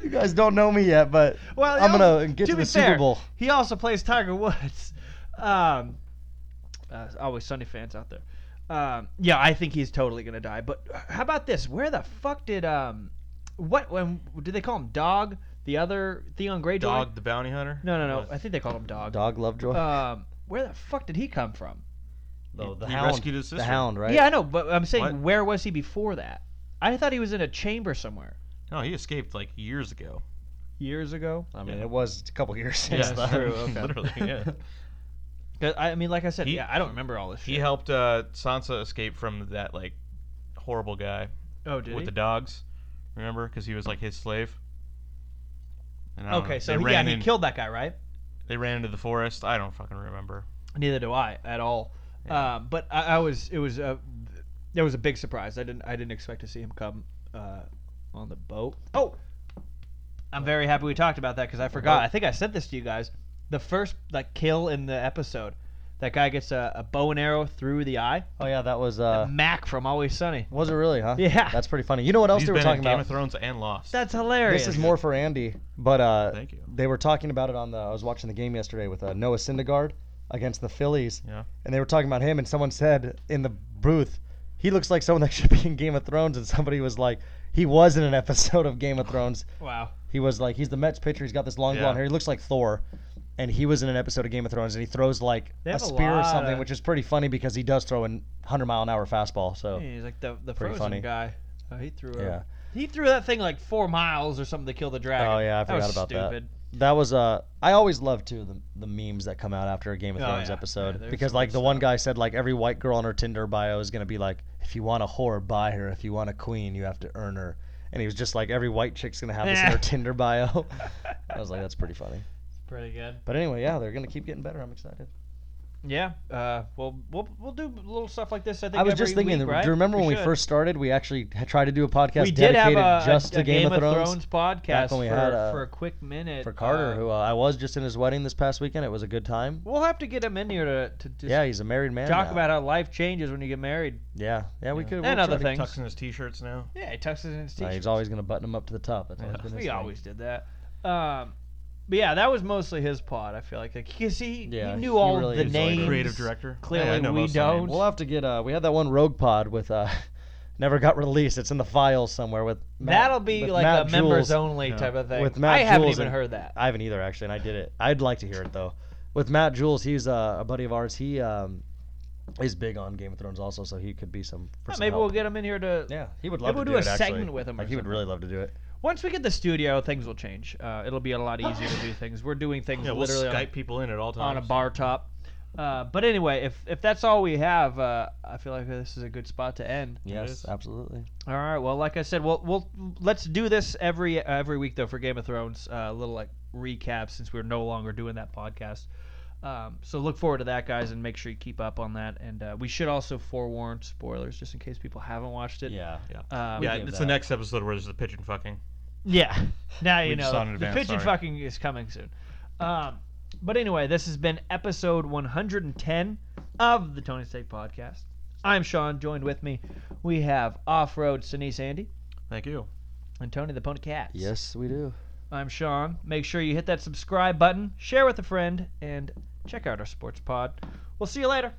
Speaker 4: you guys don't know me yet, but
Speaker 2: Well,
Speaker 4: I'm
Speaker 2: he
Speaker 4: gonna
Speaker 2: also-
Speaker 4: get to,
Speaker 2: be
Speaker 4: the
Speaker 2: fair,
Speaker 4: Super Bowl.
Speaker 2: He also plays Tiger Woods. <laughs> Um, uh, always Sunny fans out there. Um, yeah, I think he's totally gonna die. But how about this? Where the fuck did um, what when did they call him Dog? The other Theon Greyjoy?
Speaker 3: Dog the bounty hunter.
Speaker 2: No, no, no.
Speaker 3: What?
Speaker 2: I think they called him Dog.
Speaker 4: Dog Lovejoy.
Speaker 2: Um, where the fuck did he come from?
Speaker 4: Though, the
Speaker 3: he
Speaker 4: Hound.
Speaker 3: rescued his
Speaker 4: The
Speaker 3: sister.
Speaker 4: Hound, right?
Speaker 2: Yeah, I know, but I'm saying
Speaker 3: What?
Speaker 2: where was he before that? I thought he was in a chamber somewhere
Speaker 3: No, he escaped like years ago.
Speaker 2: years ago.
Speaker 4: I mean,
Speaker 3: Yeah.
Speaker 4: it was a couple
Speaker 2: <laughs>
Speaker 4: years since
Speaker 2: that's
Speaker 4: that. <laughs>
Speaker 2: true, okay.
Speaker 3: Literally, yeah.
Speaker 2: 'Cause I I mean, like I said,
Speaker 3: He-
Speaker 2: yeah, I don't remember all this shit.
Speaker 3: he helped uh, Sansa escape from that like horrible guy
Speaker 2: oh, did
Speaker 3: with
Speaker 2: he?
Speaker 3: the dogs. Remember, because he was like his slave. And I don't know,
Speaker 2: okay, so
Speaker 3: um, they
Speaker 2: he, yeah,
Speaker 3: ran
Speaker 2: he
Speaker 3: in-
Speaker 2: killed that guy, right?
Speaker 3: They ran into the forest. I don't fucking remember.
Speaker 2: Neither do I at all.
Speaker 3: Yeah.
Speaker 2: Um, but I, I was it was a it was a big surprise. I didn't I didn't expect to see him come uh, on the boat. Oh, I'm very happy we talked about that because I forgot. I think I sent this to you guys. The first like kill in the episode, that guy gets a, a bow and arrow through the eye.
Speaker 4: Oh yeah, that was. Uh,
Speaker 2: Mac from Always
Speaker 4: <laughs>
Speaker 2: Sunny.
Speaker 4: was it really? Huh?
Speaker 2: Yeah.
Speaker 4: That's pretty funny. You know what else
Speaker 3: He's
Speaker 4: they were
Speaker 3: been
Speaker 4: talking
Speaker 3: in Game
Speaker 4: about?
Speaker 3: of Thrones and Lost.
Speaker 2: That's hilarious.
Speaker 4: This is more for Andy, but uh,
Speaker 3: Thank you.
Speaker 4: they were talking about it on the. I was watching the game yesterday with uh, Noah Syndergaard against the Phillies,
Speaker 3: Yeah.
Speaker 4: and they were talking about him, and someone said in the booth, he looks like someone <laughs> that should be in Game of Thrones, and somebody was like, he was in an <laughs> episode of Game of Thrones.
Speaker 2: wow.
Speaker 4: He was like, he's the Mets pitcher. He's got this long
Speaker 3: Yeah.
Speaker 4: blonde hair. He looks like Thor. And he was in an episode of Game of Thrones, and he throws like
Speaker 2: They
Speaker 4: a
Speaker 2: have a
Speaker 4: spear or
Speaker 2: lot
Speaker 4: something,
Speaker 2: of-
Speaker 4: which is pretty funny because he does throw a 100 mile an hour fastball. So
Speaker 2: Yeah, he's like the the
Speaker 4: Oh. Pretty
Speaker 2: frozen
Speaker 4: funny.
Speaker 2: guy. Oh, he threw. A,
Speaker 4: Yeah.
Speaker 2: He threw that thing like four miles or something to kill the dragon.
Speaker 4: Oh, yeah, I
Speaker 2: that was
Speaker 4: forgot about that.
Speaker 2: stupid.
Speaker 4: that was uh I always love too the, the memes that come out after a Game of
Speaker 2: Oh,
Speaker 4: Thrones
Speaker 2: yeah. Yeah,
Speaker 4: episode
Speaker 2: there's
Speaker 4: because
Speaker 2: some
Speaker 4: like
Speaker 2: good
Speaker 4: the one guy said like every white girl on her Tinder bio is gonna be like if you want a whore buy her if you want a queen you have to earn her and he was just like every white chick's gonna have this in her
Speaker 2: <laughs> Yeah.
Speaker 4: Tinder bio <laughs> I was like that's pretty funny
Speaker 2: <laughs> Pretty good.
Speaker 4: but anyway yeah they're gonna keep getting better I'm excited
Speaker 2: Yeah. Uh, well, we'll we'll do little stuff like this. I think.
Speaker 4: I was
Speaker 2: every
Speaker 4: just thinking
Speaker 2: Week,
Speaker 4: do
Speaker 2: right?
Speaker 4: you remember when we
Speaker 2: should.
Speaker 4: first started we actually had tried to do a podcast
Speaker 2: we did have
Speaker 4: dedicated
Speaker 2: a,
Speaker 4: just
Speaker 2: a,
Speaker 4: to
Speaker 2: a
Speaker 4: Game, of Thrones,
Speaker 2: podcast
Speaker 4: when we
Speaker 2: for,
Speaker 4: had, uh,
Speaker 2: for a quick minute
Speaker 4: for Carter
Speaker 2: Uh,
Speaker 4: who uh, I was just in his wedding this past weekend it was a good time
Speaker 2: we'll have to get him in here to to just
Speaker 4: yeah he's a married man
Speaker 2: talk
Speaker 4: now.
Speaker 2: about how life changes when you get married.
Speaker 4: yeah yeah we
Speaker 3: Yeah.
Speaker 4: could
Speaker 2: And
Speaker 4: we'll
Speaker 2: other
Speaker 4: try to
Speaker 2: things.
Speaker 3: Tucks in his t-shirts now.
Speaker 2: Yeah, he tucks it in his
Speaker 4: No,
Speaker 2: t-shirt.
Speaker 4: he's
Speaker 2: <laughs>
Speaker 4: always going to button them up to the top. That's always
Speaker 3: Yeah.
Speaker 4: been his
Speaker 2: we
Speaker 4: thing.
Speaker 2: always did that. Um, but yeah, that was mostly his pod. I feel like because he,
Speaker 4: Yeah,
Speaker 2: he knew
Speaker 4: he
Speaker 2: all
Speaker 4: really
Speaker 2: the
Speaker 4: is like a
Speaker 2: names.
Speaker 3: creative director.
Speaker 2: Clearly,
Speaker 3: Yeah, I know
Speaker 2: we
Speaker 3: most of the names.
Speaker 2: don't.
Speaker 4: We'll have to get. Uh, we had that one Rogue Pod with. Uh, <laughs> never got released. It's in the files somewhere with. Matt,
Speaker 2: That'll be
Speaker 4: with
Speaker 2: like
Speaker 4: Matt
Speaker 2: a members
Speaker 4: Jules.
Speaker 2: only
Speaker 3: Yeah.
Speaker 2: type of thing.
Speaker 4: With Matt
Speaker 2: I haven't
Speaker 4: Jules
Speaker 2: even
Speaker 4: and-
Speaker 2: heard that.
Speaker 4: I haven't either actually, and I did it. I'd like to hear it though. With Matt Jules, he's uh, a buddy of ours. He um, is big on Game of Thrones also, so he could be some. For some
Speaker 2: Maybe
Speaker 4: help.
Speaker 2: we'll get him in here to
Speaker 4: Yeah, he would love
Speaker 2: maybe we'll
Speaker 4: to
Speaker 2: do
Speaker 4: it,
Speaker 2: a
Speaker 4: actually.
Speaker 2: segment with him or
Speaker 4: Like, he would
Speaker 2: something.
Speaker 4: really love to do it.
Speaker 2: Once we get the studio, things will change. Uh, it'll be a lot easier to do things. We're doing things
Speaker 3: Yeah, we'll
Speaker 2: literally on a-
Speaker 3: Skype people in at all times.
Speaker 2: on a bar top. Uh, but anyway, if if that's all we have, uh, I feel like this is a good spot to end.
Speaker 4: Yes,
Speaker 3: is.
Speaker 4: absolutely.
Speaker 2: All right. Well, like I said, we'll we'll let's do this every every week though for Game of Thrones. Uh, a little like recap since we're no longer doing that podcast. Um, so look forward to that, guys, and make sure you keep up on that. And uh, we should also forewarn spoilers, just in case people haven't watched it.
Speaker 5: Yeah.
Speaker 2: Um,
Speaker 3: yeah,
Speaker 5: gave
Speaker 3: it's
Speaker 5: that.
Speaker 3: the next episode where there's the pigeon fucking.
Speaker 2: Yeah. Now you
Speaker 3: We just
Speaker 2: know
Speaker 3: saw it in
Speaker 2: the
Speaker 3: advance,
Speaker 2: pigeon
Speaker 3: sorry.
Speaker 2: fucking is coming soon. Um, but anyway, this has been episode 110 of the Tony Steak Podcast. I'm Sean. Joined with me, we have off-road Sinise Andy
Speaker 3: Thank you.
Speaker 2: and Tony the Pony Cat.
Speaker 4: Yes, we do.
Speaker 2: I'm Sean. Make sure you hit that subscribe button, share with a friend, and check out our sports pod. We'll see you later.